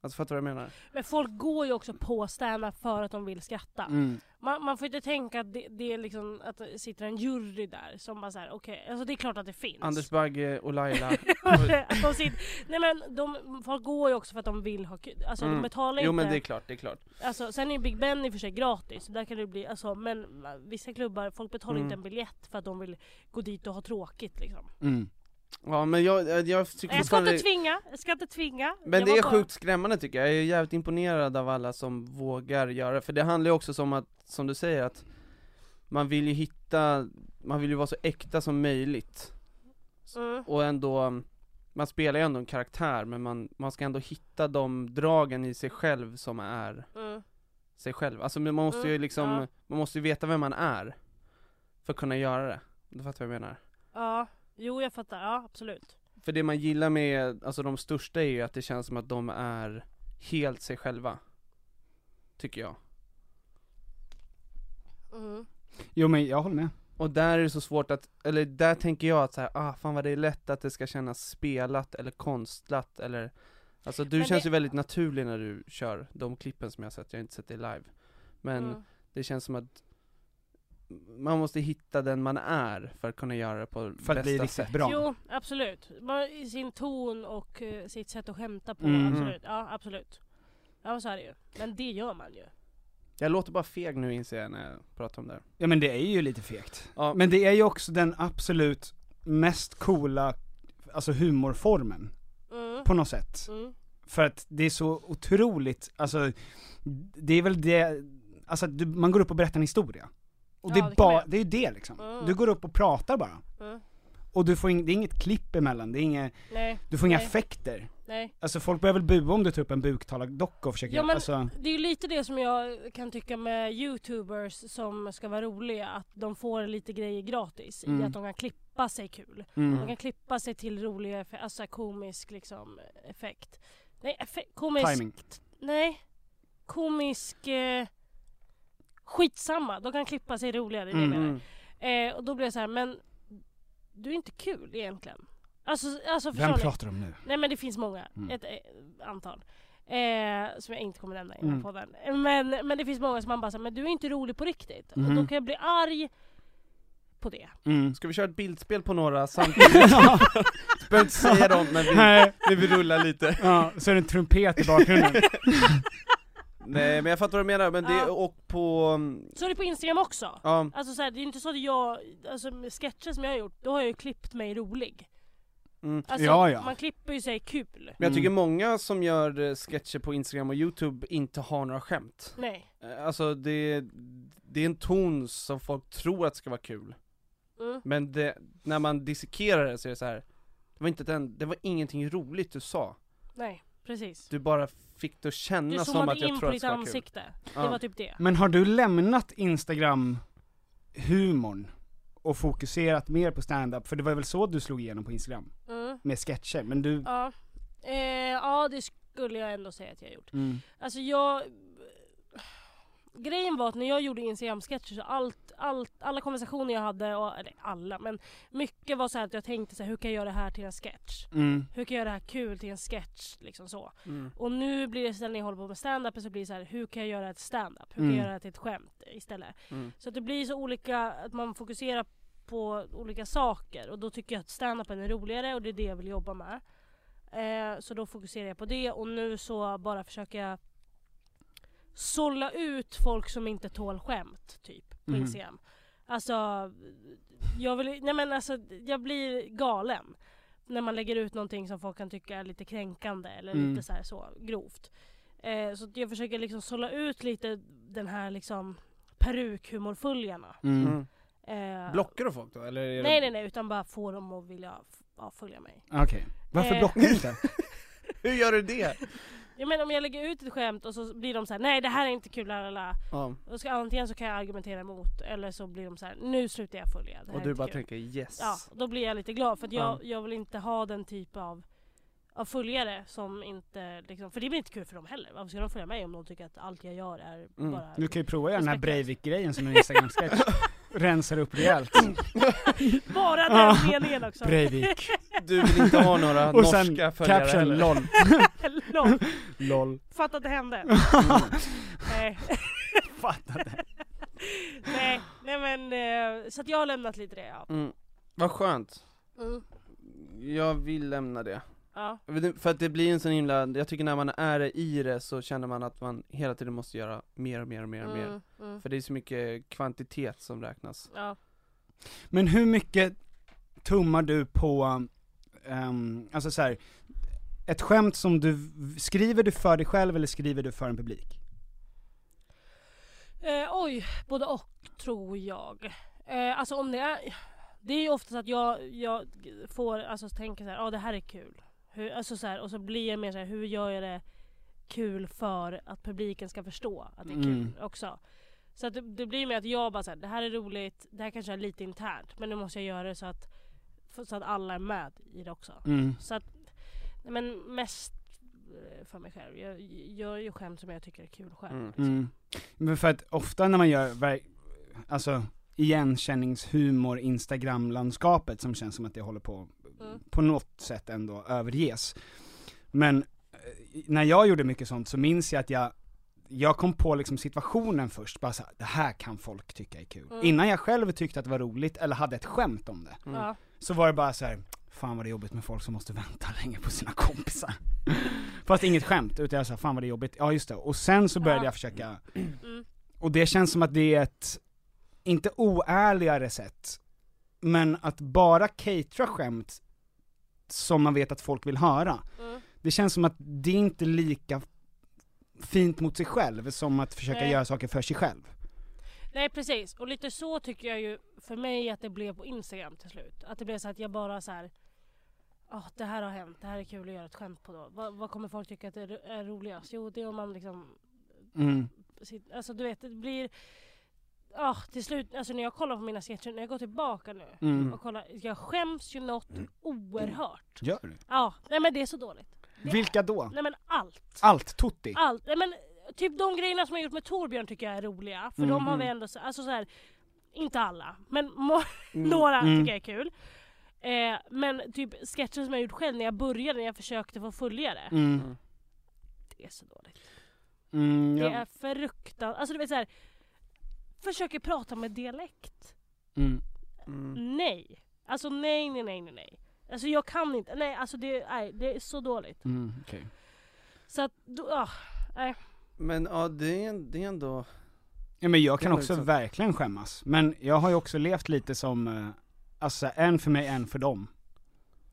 Alltså fattar du vad jag menar?
Men folk går ju också på stand-up för att de vill skratta.
Mm.
Man, man får inte tänka att det, det är liksom att det sitter en jury där som bara såhär, okej, alltså det är klart att det finns.
Anders Bagge och Laila
Att de sitter, nej men de, folk går ju också för att de vill ha kul. Alltså
Mm.
de betalar
Jo
inte.
men det är klart, det är klart
alltså, sen är ju Big Ben i och för sig gratis, så där kan det bli, alltså, men eh, vissa klubbar, folk betalar
Mm.
inte en biljett för att de vill gå dit och ha tråkigt liksom.
Mm.
Ja men jag, eh, jag, jag tycker
Nej, Jag ska
fortfarande-
inte tvinga, jag ska inte tvinga.
Men
Jag
det
var
är
bara-
sjukt skrämmande tycker jag, jag är jävligt imponerad av alla som vågar göra det, för det handlar ju också om att, som du säger att Man vill ju hitta, man vill ju vara så äkta som möjligt
Mm.
och ändå Man spelar ju ändå en karaktär men man, man ska ändå hitta de dragen i sig själv som är
Mm.
sig själv, alltså men man måste ju
Mm,
liksom,
ja.
man måste ju veta vem man är För att kunna göra det, du fattar vad jag menar?
Ja, jo jag fattar, ja absolut.
För det man gillar med, alltså de största är ju att det känns som att de är helt sig själva Tycker jag
Mm.
Jo men jag håller med.
Och där är det så svårt att, eller där tänker jag att så här, ah fan vad det är lätt att det ska kännas spelat eller konstlat eller Alltså du
Men
känns
det-
ju väldigt naturlig när du kör de klippen som jag har sett, jag har inte sett dig live Men
Mm.
det känns som att man måste hitta den man är för att kunna göra det på
För
bästa
att bli riktigt
sätt
bra.
Jo, absolut. Bara I sin ton och eh, sitt sätt att skämta på,
Mm.
absolut. Ja, absolut. Ja, så är det ju. Men det gör man ju.
Jag låter bara feg nu inser jag när jag pratar om det här.
Ja men det är ju lite fegt.
Ja.
Men det är ju också den absolut mest coola, alltså humorformen,
Mm.
på något sätt.
Mm.
För att det är så otroligt, alltså, det är väl det, alltså att du, man går upp och berättar en historia. Och det
Ja,
är
det kan man
bara,
göra.
det är ju det liksom.
Mm.
Du går upp och pratar bara.
Mm.
Och du får in, det är inget klipp emellan, det är inget,
Nej,
du får inga
Nej.
effekter.
nej.
Alltså folk börjar väl bua om du tar upp en buktalardocka och försöker,
Ja, men- Mm.
alltså,
Det är ju lite det som jag kan tycka med youtubers som ska vara roliga, att de får lite grejer gratis i
Mm.
att de kan klippa sig kul. De
mm,
kan klippa sig till roliga, effe- alltså komisk liksom effekt. Nej, effe- komisk
timing.
Nej. Komisk... Eh, skitsamma, de kan klippa sig roligare i det jag
Mm.
menar. eh, Och då blir jag så här, men du är inte kul egentligen. Alltså, alltså förstår
Vem
ni?
pratar de nu?
Nej men det finns många,
Mm.
ett eh, antal. Eh, som jag inte kommer nämna i den här
Mm.
podden. Men, men det finns många som man bara säger, men du är inte rolig på riktigt.
Mm.
Och då
Mhm.
kan jag bli arg på det.
Mm.
Ska vi köra ett bildspel på några samtidigt? Jag behöver inte säga dem men vi,
Nej,
men vi rullar lite
ja, så är det en trumpet i bakgrunden.
Nej men jag fattar vad du menar, men det,
Ja.
och på, mm,
Så är det på Instagram också.
ja
Alltså så här, det är ju inte så att jag, alltså med sketcher som jag har gjort, då har jag ju klippt mig rolig.
Mm.
Alltså
Ja, ja.
man klipper ju sig kul.
Men jag tycker
Mm.
många som gör eh, sketcher på Instagram och Youtube inte har några skämt
Nej.
Eh, Alltså det, det är en ton som folk tror att ska vara kul
Mm.
Men det, när man dissekerar det så är det så här. Det var inte den, det var ingenting roligt du sa
Nej, precis.
Du bara fick det att
Du
känna som
zoomade
att jag
in på
tror att det
ditt
ska vara kul
ansikte. Det
Ja.
var typ det.
Men har du lämnat Instagram-humorn och fokuserat mer på stand-up? För det var väl så du slog igenom på Instagram?
Mm.
Med sketcher, men du...
Ja. Eh, ja, det skulle jag ändå säga att jag gjort.
Mm.
Alltså jag... Grejen var att när jag gjorde Instagram-sketcher så allt, allt, alla konversationer jag hade, och, eller alla men mycket var så här att jag tänkte så här, hur kan jag göra det här till en sketch?
Mm.
Hur kan jag göra det här kul till en sketch? Liksom så.
Mm.
Och nu blir det istället när jag håller på med stand-up så blir det så här, hur kan jag göra ett stand-up? Hur kan
Mm.
jag göra det till ett skämt istället?
Mm.
Så att det blir så olika, att man fokuserar på olika saker och då tycker jag att stand-upen är roligare och det är det jag vill jobba med. Eh, så då fokuserar jag på det och nu så bara försöker jag sålla ut folk som inte tål skämt typ på
Mm.
Mhm.
Instagram. Alltså, jag vill, nej men alltså jag blir galen när man lägger ut någonting som folk kan tycka är lite kränkande eller
Mm.
lite så här så grovt. Eh, så att jag försöker liksom sålla ut lite den här liksom perukhumorföljarna.
Mm.
Mm.
Eh,
Blockar du folk då eller? Är
Nej
det...
nej nej utan bara få dem att vilja f- ja, följa mig.
Okej. Varför
Eh.
blockar du inte?
Hur gör du det?
Jag menar om jag lägger ut ett skämt och så blir de så här: nej det här är inte kul, lalala.
Ja.
Och ska, antingen så kan jag argumentera emot eller så blir de så här: nu slutar jag följa. Det här
Och
är
du
inte
bara
kul.
tänker yes
Ja, då blir jag lite glad för att jag,
Ja.
jag vill inte ha den typ av, av följare som inte liksom, för det blir inte kul för dem heller. Varför ska de följa mig om de tycker att allt jag gör är
Mm.
bara...
Du kan ju prova att göra den här
Respektlöst.
Breivik-grejen som en Instagram-sketch. Rensar upp rejält.
Mm, Bara
Ja.
den meningen också!
Breivik.
Du vill inte ha några
Och sen
norska följare
Caption
heller.
LOL.
Lol,
LOL.
fatta att det hände.
Mm.
Nej.
Fattar det.
nej, nej men eh, så att jag har lämnat lite det ja.
Mm. Vad skönt
Mm.
Jag vill lämna det
ja.
Jag vet inte, För att det blir en sån himla, jag tycker när man är i det så känner man att man hela tiden måste göra mer och mer och mer och mer
Mm, mm.
För det är så mycket kvantitet som räknas
Ja.
Men hur mycket tummar du på, ehm, alltså så här, ett skämt som du, skriver du för dig själv eller skriver du för en publik?
Eh, oj, både och tror jag. Eh, alltså om det är, Det är ju ofta så att jag, jag får alltså tänka så här, ja ah, det här är kul. Hur, alltså så här, och så blir jag mer så här, hur gör jag det kul för att publiken ska förstå att det är
Mm.
kul också. Så att det, det blir mer att jag bara så här, det här är roligt, det här kanske är lite internt men nu måste jag göra det så att, för- så att alla är med i det också.
Mm.
Så att, nej, men mest eh, för mig själv. Jag jag gör ju skämt som jag tycker är kul själv.
Mm.
Mm. Men för att ofta när man gör, ver- alltså igenkänningshumor, instagramlandskapet som känns som att det håller på,
Mm.
på något sätt ändå överges. Men eh, när jag gjorde mycket sånt så minns jag att jag, jag kom på liksom situationen först, bara så här, det här kan folk tycka är kul.
Mm.
Innan jag själv tyckte att det var roligt eller hade ett skämt om det,
Mm.
Ja.
så var det bara så här. Fan vad det är jobbigt med folk som måste vänta länge på sina kompisar. Fast inget skämt, utan jag sa fan vad det är jobbigt, ja just det. Och sen så började
Ja.
jag försöka
Mm.
och det känns som att det är ett, inte oärligare sätt, men att bara catera skämt som man vet att folk vill höra.
Mm.
Det känns som att det är inte lika fint mot sig själv som att försöka
Nej.
göra saker för sig själv.
Nej precis, och lite så tycker jag ju för mig att det blev på Instagram till slut. Att det blev så att jag bara så här. Ah, det här har hänt, det här är kul att göra ett skämt på då. Vad, vad kommer folk tycka att det är ro- är roligast? Jo det är om man liksom,
Mm.
sit- alltså du vet det blir, ah, till slut, alltså när jag kollar på mina sketcher, när jag går tillbaka nu
Mm.
och kollar, jag skäms ju något oerhört.
Gör du?
Ja, nej men det är så dåligt. Det-
Vilka då?
Nej men allt.
Allt, Tutti?
Allt, nej men typ de grejerna som jag gjort med Torbjörn tycker jag är roliga.
Mm,
För de har vi ändå, så- alltså så här, inte alla, men må-
Mm,
några tycker jag är kul. Eh, men typ sketcher som jag gjort själv när jag började, när jag försökte få följare.
Mm.
Det är så dåligt.
Mm,
Det
ja.
är fruktansvärt, alltså du vet såhär, försöker prata med dialekt.
mm.
Mm.
Nej. Alltså nej, nej, nej, nej, nej. Alltså jag kan inte, nej alltså det, nej, det är så dåligt.
Mm, okej.
Så att, då, ah, nej.
Men ja, det är, det är ändå...
Ja men jag
Det
kan
var
också
utsatt.
verkligen skämmas, men jag har ju också levt lite som, eh, alltså en för mig, en för dem.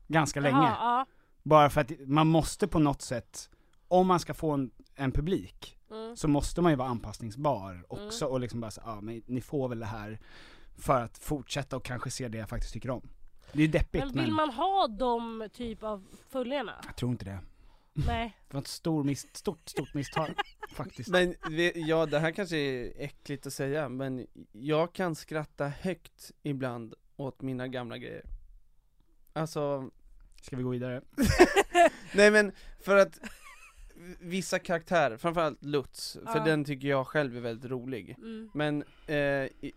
Ganska länge.
Jaha, ja.
Bara för att man måste på något sätt, om man ska få en, en publik,
Mm.
så måste man ju vara anpassningsbar också och liksom bara så, ja men ni får väl det här för att fortsätta och kanske se det jag faktiskt tycker om. Det är ju deppigt men,
Men vill man ha de typ av följarna?
jag tror inte det.
Nej.
Det var ett stor miss, stort, stort misstag faktiskt.
Men vi- ja, det här kanske är äckligt att säga, men jag kan skratta högt ibland åt mina gamla grejer Alltså,
Ska vi gå vidare?
nej men för att vissa karaktärer, framförallt Lutz, för
Ja.
den tycker jag själv är väldigt rolig
Mm.
Men, eh, i-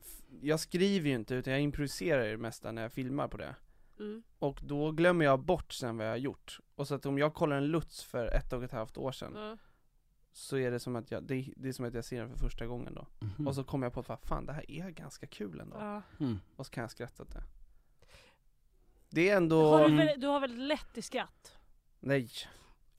f- jag skriver ju inte utan jag improviserar ju det mesta när jag filmar på det
Mm.
Och då glömmer jag bort sen vad jag har gjort Och så att om jag kollar en Lutz för ett och ett halvt år sedan
Mm.
Så är det som att jag, det, det är som att jag ser den för första gången då Och så kommer jag på att fan det här är ganska kul ändå
Ja.
Mm-hmm. Mm.
Och så kan jag skratta åt det Det är
Har
ändå,
du, väl, du har väldigt lätt i skratt?
nej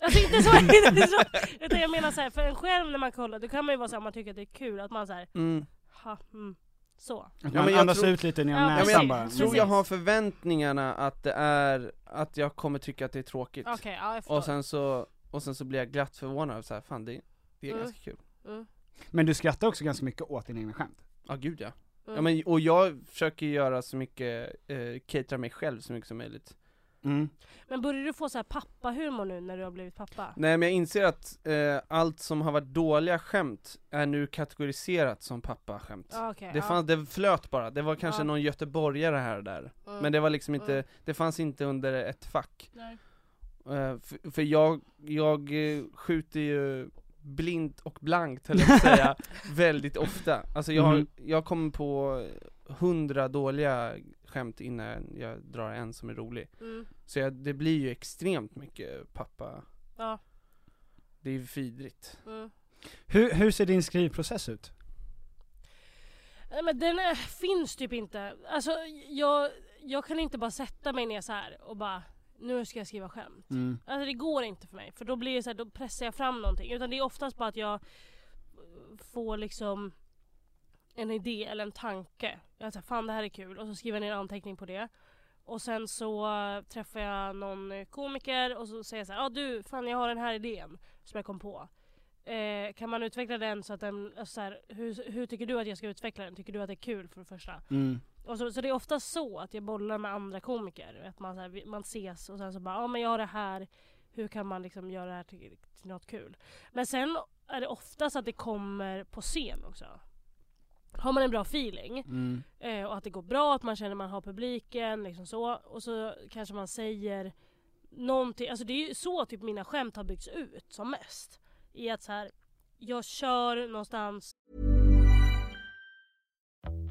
Alltså inte så, inte så utan jag menar så här, för en själv när man kollar, då kan man ju vara såhär, man tycker att det är kul, att man såhär,
mm.
ha, mm, så.
Att
Ja,
man
men jag
andas
tror-
ut lite genom
Ja, men jag
näsan
tror-
bara.
Tror
Precis.
jag har förväntningarna att det är, att jag kommer tycka att det är tråkigt
Okej, ja jag förstår.
Och sen så, och sen så blir jag glatt förvånad över såhär, fan det, det är
Mm.
ganska kul
mm,
Men du skrattar också ganska mycket åt dina egna skämt.
Ja gud ja.
mm.
ja men, och jag försöker göra så mycket, eh, catera mig själv så mycket som möjligt
Mm.
Men börjar du få så här pappahumor nu när du har blivit pappa?
Nej men jag inser att eh, allt som har varit dåliga skämt är nu kategoriserat som pappaskämt
Ja okej.
Det, fanns, det flöt bara, det var kanske
Ja.
någon göteborgare här och där
ja, mm,
Men det var liksom inte,
Mm.
det fanns inte under ett fack
nej.
Eh, För, för jag, jag eh, skjuter ju blint och blankt höll jag på att säga, väldigt ofta Alltså jag,
Mhm.
jag kommer på hundra dåliga skämt innan jag drar en som är rolig
Mm,
Så jag, det blir ju extremt mycket pappa
ja,
Det är ju vidrigt
mm.
Hur, hur ser din skrivprocess ut?
Nej men den är, finns typ inte. Alltså jag, jag kan inte bara sätta mig ner så här och bara, nu ska jag skriva skämt.
Mm,
Alltså det går inte för mig för då blir det så här, då pressar jag fram någonting. Utan det är oftast bara att jag eh, får liksom en idé eller en tanke. Jag säger fan det här är kul och så skriver jag ner en anteckning på det. Och sen så eh, träffar jag någon eh, komiker och så säger jag så här, ah, du fan jag har den här idén som jag kom på. Eh, kan man
mm.
utveckla den så att den, alltså så här, hur, hur tycker du att jag ska utveckla den? Tycker du att det är kul för det första? Och så, så det är ofta så att jag bollar med andra komiker. Att man, så här, vi- man ses och sen så bara, ja men jag har det här, hur kan man liksom göra det här till, till något kul? Men sen är det oftast att det kommer på scen också. Har man en bra feeling eh, och att det går bra, att man känner man har publiken liksom så. Och så kanske man säger någonting, alltså det är ju så typ mina skämt har byggts ut som mest. I att så här, jag kör någonstans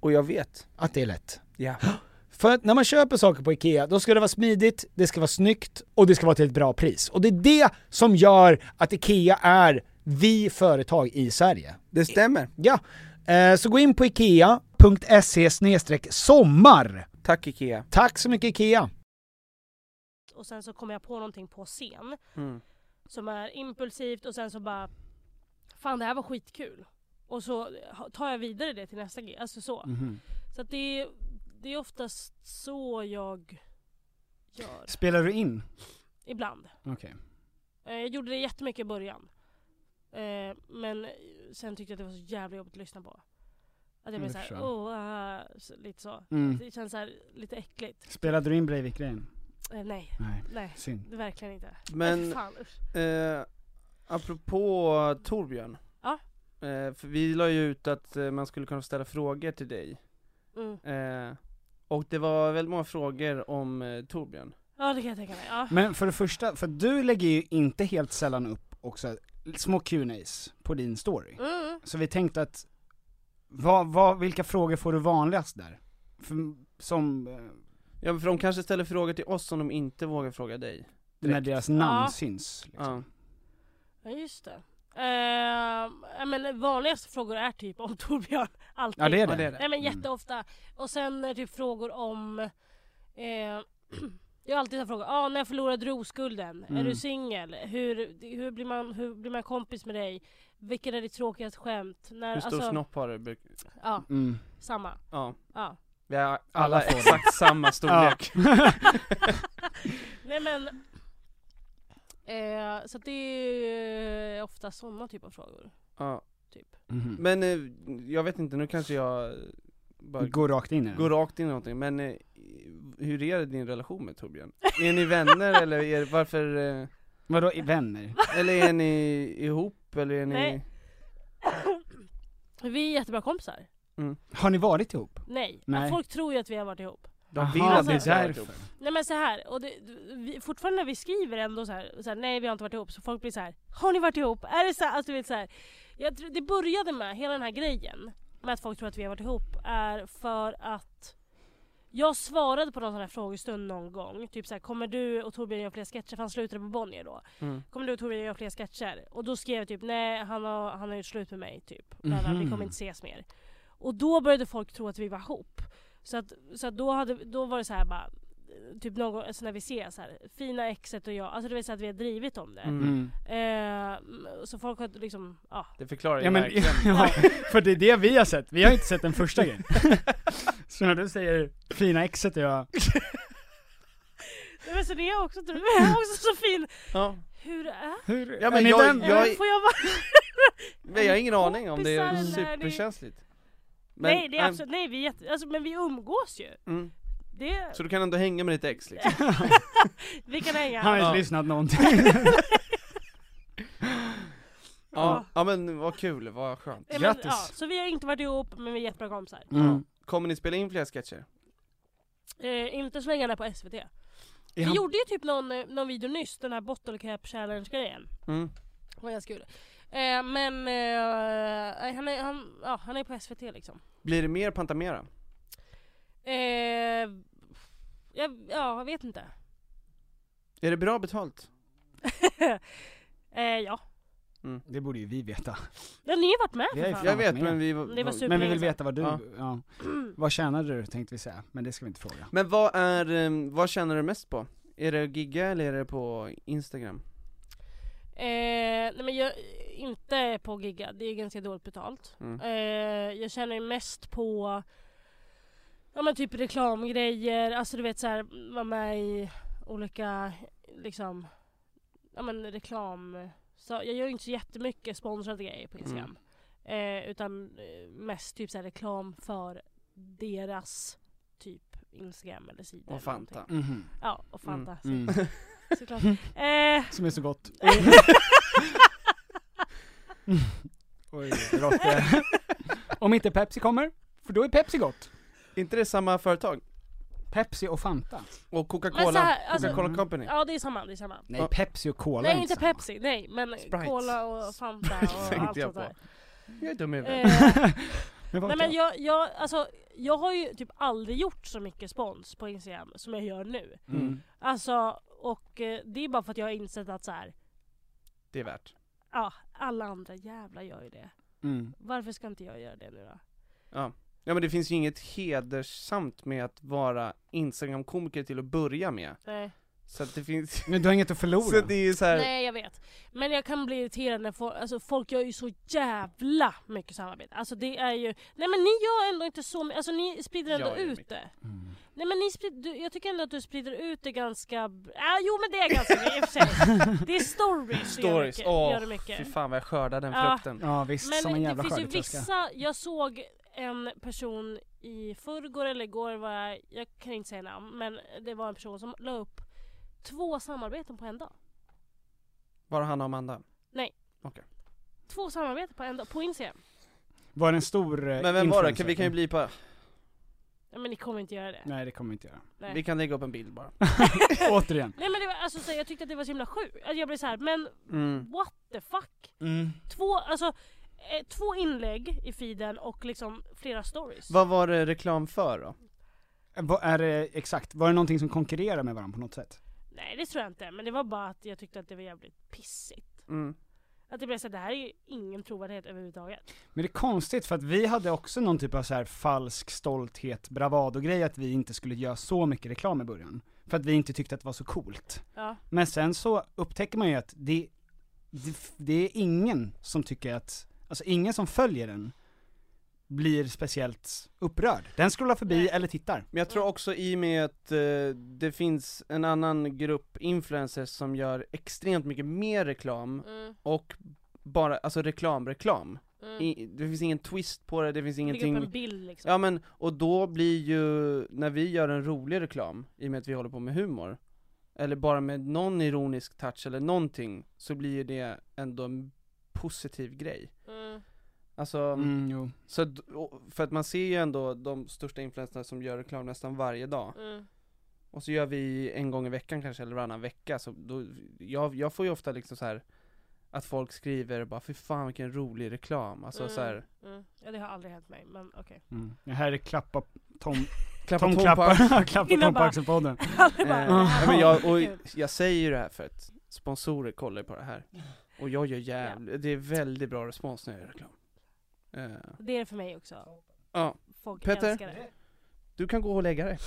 Och jag vet.
Att det är lätt.
Ja.
För att när man köper saker på IKEA, då ska det vara smidigt, det ska vara snyggt och det ska vara till ett bra pris. Och det är det som gör att IKEA är vi företag i Sverige.
Det stämmer.
Ja, eh, så gå in på IKEA.se sommar.
Tack IKEA.
Tack så mycket IKEA!
och sen så kommer jag på någonting på scen
Mm.
som är impulsivt och sen så bara fan det här var skitkul och så ha- tar jag vidare det till nästa grej, alltså så.
Mm. Mhm.
Så att det är, det är oftast så jag gör,
Spelar du in?
ibland.
Okej.
Eh, Jag gjorde det jättemycket i början. Eh, Men sen tyckte jag att det var så jävla jobbigt att lyssna på. Att jag blev
det
såhär,
förstår
åh, ah", så- lite så.
Mm.
Det känns såhär lite äckligt.
Spelade du in Breivik-grejen?
Eh, Nej,
Nej.
nej.
Synd.
Verkligen inte. Nej,
Men
för fan, usch.
eh, apropå Torbjörn.
Ja.
Eh, för vi la ju ut att eh, man skulle kunna ställa frågor till dig.
Mm.
Eh, och det var väldigt många frågor om eh, Torbjörn.
Ja det kan jag tänka mig. Ja.
Men för det första, för du lägger ju inte helt sällan upp också små Q&As på din story.
Mm.
Så vi tänkte att, vad, vad, vilka frågor får du vanligast där? För, som, eh,
Ja men för de kanske ställer frågor till oss som de inte vågar fråga dig.
när deras namn
Ja.
syns. Liksom.
Ja.
ja just det. Ehm, ja, men vanligaste frågor är typ om Torbjörn. Alltid.
Ja det är
Ja, det är
det.
det. Mm.
Nej men jätteofta. Och sen eh, typ frågor om... Eh, jag har alltid så här frågor. Ah, när förlorade du oskulden?
Mm.
Är du singel? Hur, hur, blir man, hur blir man kompis med dig? Vilket är ditt tråkigaste skämt? När,
Hur stor
alltså,
snopp har du? bruk-
Ja,
Mm.
samma.
Ja.
Ja.
Vi har alla,
Alla får det.
exakt samma storlek.
Nej men... Eh, så att det är eh, ofta sådana typer av frågor.
Ja.
Typ.
Mhm.
Men eh, jag vet inte, nu kanske jag bara
Gå rakt in i den.
går rakt in i någonting, men eh, hur är din relation med Torbjörn? Är ni vänner eller är, varför, eh,
Vadå, i vänner?
eller är ni ihop eller är ni...
Nej. Vi är jättebra kompisar.
Mm.
Har ni varit ihop?
Nej.
Nej.
Folk tror ju att vi har varit ihop.
De vill
Aha,
att
det
vi
är
ska vara ihop.
därför.
Nej men så här, och det, vi, fortfarande när vi skriver ändå så här, så här, nej vi har inte varit ihop, så folk blir så här, har ni varit ihop? Är det så här? Alltså du vet så här, jag, tror- det började med, hela den här grejen, med att folk tror att vi har varit ihop, är för att jag svarade på någon sån här frågestund någon gång, typ så här, kommer du och Torbjörn göra fler sketcher? För han slutade på Bonnier då.
Mm.
Kommer du och Torbjörn göra fler sketcher? Och då skrev jag typ, nej han har, han har gjort slut med mig typ. Bla, bla, Vi kommer inte ses mer. Och då började folk tro att vi var ihop. Så att, så att då, hade, då var det så här bara, typ någon gång, alltså när vi ses här, fina exet och jag, alltså det vill säga att vi har drivit om det.
Mm.
Mm.
Eh, så folk har liksom, ja.
Det förklarar ju
Ja, men,
verkligen.
ja, för det är det vi har sett, vi har inte sett den första grejen. Så när du säger fina exet och jag,
Nej, Men så det är också, det är också så fin.
Ja.
Hur är
hur,
Ja,
är
men
ni
jag-
vän?
Nej, men Får jag vara?
Men jag har ingen aning om det är
Kompisar eller är det-
superkänsligt. Men,
nej det är
nej,
absolut, nej vi är jätte, alltså, men vi umgås ju.
Mm.
Det,
Så du kan ändå hänga med ditt ex liksom?
vi kan hänga.
Han har inte
Ja.
lyssnat någonting.
Ja, ja men vad kul, vad skönt.
Nej, men,
Grattis.
ja, så vi har inte varit ihop men vi är jättebra kompisar.
Mm.
Kommer ni spela in fler sketcher?
Eh, inte så länge han är på SVT. Vi
Ja.
gjorde ju typ någon, eh, någon video nyss, den här bottle cap challenge grejen.
Mm.
Det var ganska kul. Eh, men eh, han, är, han, ja, han är på SVT liksom.
Blir det mer Pantamera?
Eh, jag, ja, jag vet inte.
Är det bra betalt?
eh, ja.
Det borde ju vi veta.
Men ni har ju varit med
Vi har
för
ju
fan.
Jag vet
med.
men vi...
Det var super-
Men vi vill veta vad du,
Ja.
ja. vad tjänade du tänkte vi säga, men det ska vi inte fråga.
Men vad är, ehm, vad känner du mest på? Är det att gigga eller är det på Instagram?
Eh, nej men jag, inte på gigga, det är ganska dåligt betalt.
Mm.
Eh, jag känner ju mest på ja men typ reklamgrejer, alltså du vet såhär, vara med i olika liksom, ja men reklam. Så jag gör ju inte så jättemycket sponsrade grejer
Mm.
på Instagram. Eh, utan eh, mest typ såhär reklam för deras typ Instagram eller sida.
Och
eller någonting.
Fanta?
Mhm.
Ja, och Fanta.
Alltså.
så-
Mm.
Såklart. Eh,
Som är så gott. Oj,
Rotte.
Om inte Pepsi kommer, för då är Pepsi gott.
inte det samma företag?
Pepsi och Fanta.
Och
Men så
Coca-Cola?
här, alltså-
Coca-Cola Company?
ja det är samma, det är samma.
Nej, Pepsi och Cola liksom. är
Nej inte
samma.
Pepsi, nej men
Sprite.
Cola och Fanta och
tänkte
allt
jag
sånt där.
på. Jag är dum i huvudet.
Eh,
Men vad
nej
vet
men jag, jag, alltså, jag har ju typ aldrig gjort så mycket spons på Instagram som jag gör nu.
Mm.
Alltså, och eh, det är bara för att jag har insett att så här,
Det är värt.
ja alla andra jävla gör ju det.
Mm.
Varför ska inte jag göra det nu då?
Ja men det finns ju inget hedersamt med att vara Instagram-komiker till att börja med.
Nej,
Så att det finns...
Men du har inget att
Så
förlora.
det är ju så här...
nej jag vet. Men jag kan bli irriterad när folk, alltså folk gör ju så jävla mycket samarbete. Alltså det är ju, nej men ni gör ändå inte så mycket, alltså ni sprider ändå
Jag gör
ut
mycket.
det.
Mm.
Nej men ni sprid, du, jag tycker ändå att du sprider ut det ganska... b- Ah, jo men det är ganska mycket i och för sig. Det är stories, det
Stories,
Gör mycket,
åh
gör det mycket.
fy fan vad jag skördar den
Ja.
frukten.
Ja visst, som en
Men det
jävla
finns ju
skördetröska.
vissa, jag såg en person i förrgår eller igår var jag, jag kan inte säga namn, men det var en person som la upp två samarbeten på en dag.
Var han och Amanda?
Två samarbeten på en dag, på Instagram.
Var det en stor eh,
Men vem var det?
influencer?
Kan, vi kan ju bli på...
Ja, men ni kommer inte göra det.
Nej det kommer vi inte göra.
Nej.
Vi kan lägga upp en bild bara.
Återigen.
Nej men det var, alltså, så, här, jag tyckte att det var så himla sjukt. Alltså, jag blev så här, men
Mm.
what the fuck? Två, alltså, eh, två inlägg i feeden och liksom flera stories.
Vad var det reklam för då?
Vad är det, exakt, var det någonting som konkurrerar med varandra på något sätt?
Nej det tror jag inte, men det var bara att jag tyckte att det var jävligt pissigt.
Mm.
Att det blev såhär, det här är ju ingen trovärdighet överhuvudtaget.
Men det är konstigt för att vi hade också någon typ av så här falsk stolthet, bravado-grej att vi inte skulle göra så mycket reklam i början. För att vi inte tyckte att det var så coolt.
Ja.
Men sen så upptäcker man ju att det, det, det är ingen som tycker att, alltså ingen som följer den blir speciellt upprörd. Den scrollar förbi
Nej.
eller tittar.
Men jag
Mm.
tror också i och med att eh, det finns en annan grupp influencers som gör extremt mycket mer reklam
Mm,
och bara, alltså reklam, reklam.
mm.
I, det finns ingen twist på det, det finns
Lägga upp en
ingenting
bild liksom.
Ja men, och då blir ju, när vi gör en rolig reklam, i och med att vi håller på med humor Eller bara med någon ironisk touch eller någonting, så blir ju det ändå en positiv grej
Mm.
Alltså,
Mm, jo.
så att, och- för att man ser ju ändå de största influencerna som gör reklam nästan varje dag
Mm.
Och så gör vi en gång i veckan kanske, eller varannan vecka, så då, jag, jag får ju ofta liksom så här att folk skriver bara 'Fy fan vilken rolig reklam' Alltså
Mm.
så här,
Mm. Ja det har aldrig hänt mig, men okej.
Mm. Det här är klappa Tom,
klappa
Tom
tån på
klappar, klappa
Illa
Tom på
bara.
axelpodden.
Aldrig bara,
Eh,
"Det
ja,
här
men
var
jag, och
kul."
jag säger ju det här för att sponsorer kollar ju på det här Och jag gör jävligt, det är väldigt bra respons när jag gör reklam Eh,
Det är det för mig också.
Ja,
Folk
Peter?
älskar det.
du kan gå och lägga dig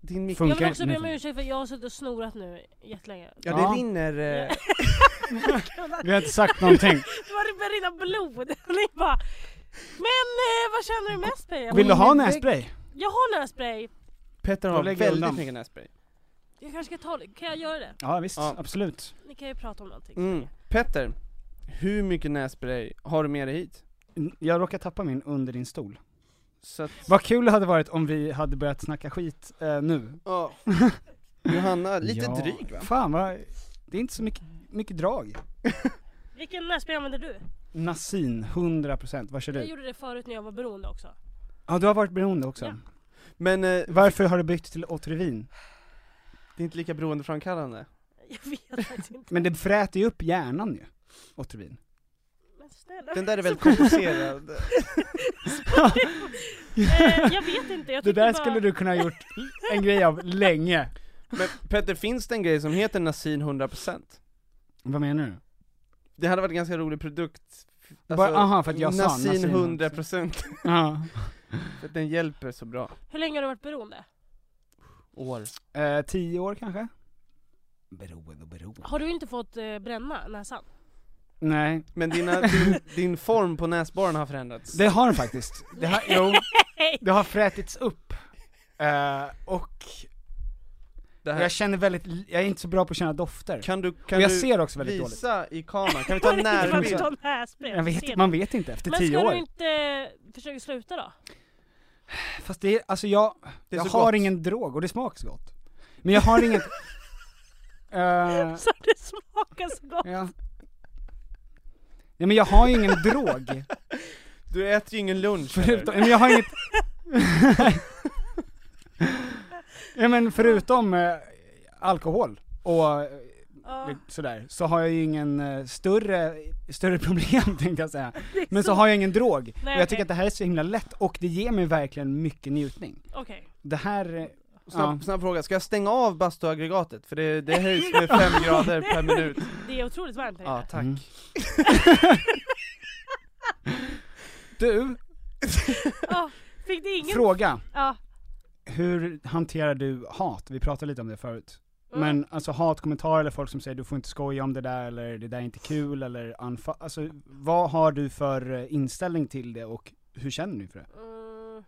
Din mikrofon
Jag vill
Funkar
också
nu
be
för
om
mig.
ursäkt för att jag har suttit och snorat nu jättelänge.
Ja det
Ja.
rinner, eh,
Vi har inte sagt någonting.
Det var- det började rinna blod. Och ni bara, men eh, vad känner du mest Peja?
Vill du ha
in i
nässpray?
Jag har nässpray.
Petter
Då
har
lägger jag
väldigt
undan.
mycket nässpray
Jag kanske ska ta det. Kan jag göra det?
Ja visst,
Ja.
absolut.
Ni kan ju prata om någonting.
mm. Petter, hur mycket nässpray har du med dig hit?
N- Jag råkade tappa min under din stol.
Så att,
Vad kul det hade varit om vi hade börjat snacka skit eh, nu.
Ja. Johanna, lite
Ja.
dryg va?
Fan vad, det är inte så mycket, mycket drag.
Vilken nässpray använder du?
Nasin, 100%. Vad kör
Jag
du?
gjorde det förut när jag var beroende också.
Ja du har varit beroende också.
Ja.
Men eh,
Varför har du bytt till Otrivin?
det är inte lika beroendeframkallande
Jag vet faktiskt inte.
Men det fräter ju upp hjärnan ju, Otrivin.
Men snälla.
Den där är väldigt komplicerad
eh, jag vet inte. Jag
Det
tyckte
där
bara...
skulle du kunna ha gjort en grej av länge.
Men Petter, finns det en grej som heter Nasin 100%?
Vad menar du?
Det hade varit en ganska rolig produkt Alltså,
Bara, aha, för att jag sa
Nasin
Nasin
100%
Ja.
för att den hjälper så bra
Hur länge har du varit beroende?
År
Eh, tio år kanske? Beroende och beroende.
Har du inte fått eh, bränna näsan?
Nej,
Men dina, din, din form på näsborren har förändrats
det har den faktiskt. Det har, jo, det har frätits upp. Eh, och
det här.
jag känner väldigt, li- jag är inte så bra på att känna dofter.
Eh. Kan du, kan
och jag
du
ser också väldigt dåligt.
visa i kameran? Kan vi ta en
Har
närbild?
du inte nässpray?
Jag
Ser
vet,
du?
man vet inte efter
Men
tio
ska
år.
du inte eh, försöka sluta då?
Fast det är, alltså jag,
Det är
jag
så
har
gott.
ingen drog och det smakar så gott. Men jag har inget... Eh,
Så det smakar så gott.
ja. Nej men jag har ju ingen drog.
Du äter ju ingen lunch eller?
Förutom, men jag har inget... ja, men förutom eh, alkohol och eh,
Ja.
sådär, så har jag ju ingen eh, större, större problem tänkte jag säga. Men så har jag ingen drog. och jag
okej.
tycker att det här är så himla lätt och det ger mig verkligen mycket njutning.
Okej.
Det här, eh,
Snabb,
ja.
snabb fråga, ska jag stänga av bastuaggregatet? För det, det höjs med 5 grader per minut
Det är otroligt varmt här
Ja,
inne.
tack
Mm. Du,
Ja, Fick det ingen...
fråga.
Ja.
Hur hanterar du hat? Vi pratade lite om det förut.
Mm.
Men alltså hatkommentarer eller folk som säger du får inte skoja om det där eller det där är inte kul eller anfa- alltså vad har du för eh, inställning till det och hur känner du för det?
Mm.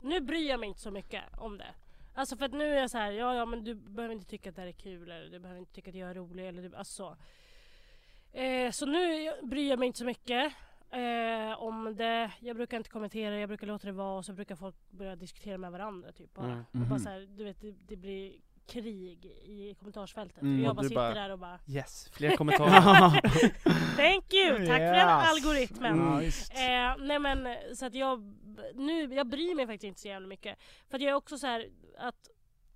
Nu bryr jag mig inte så mycket om det. Alltså för att nu är jag så här, ja ja men du behöver inte tycka att det här är kul eller du behöver inte tycka att jag är rolig eller du, alltså så. Eh, så nu bryr jag mig inte så mycket eh, om det. Jag brukar inte kommentera, jag brukar låta det vara och så brukar folk börja diskutera med varandra typ bara.
Mm.
Och bara
Mhm.
så här, du vet det, det blir krig i kommentarsfältet.
Mm.
Och jag
Och
bara
du
sitter
bara-
där och bara
Yes, fler kommentarer
Thank you! Tack för den
Yes.
algoritmen!
Mm.
Ja, visst.
Eh, nej men eh, så att jag, b- nu, jag bryr mig faktiskt inte så jävla mycket. För att jag är också så här att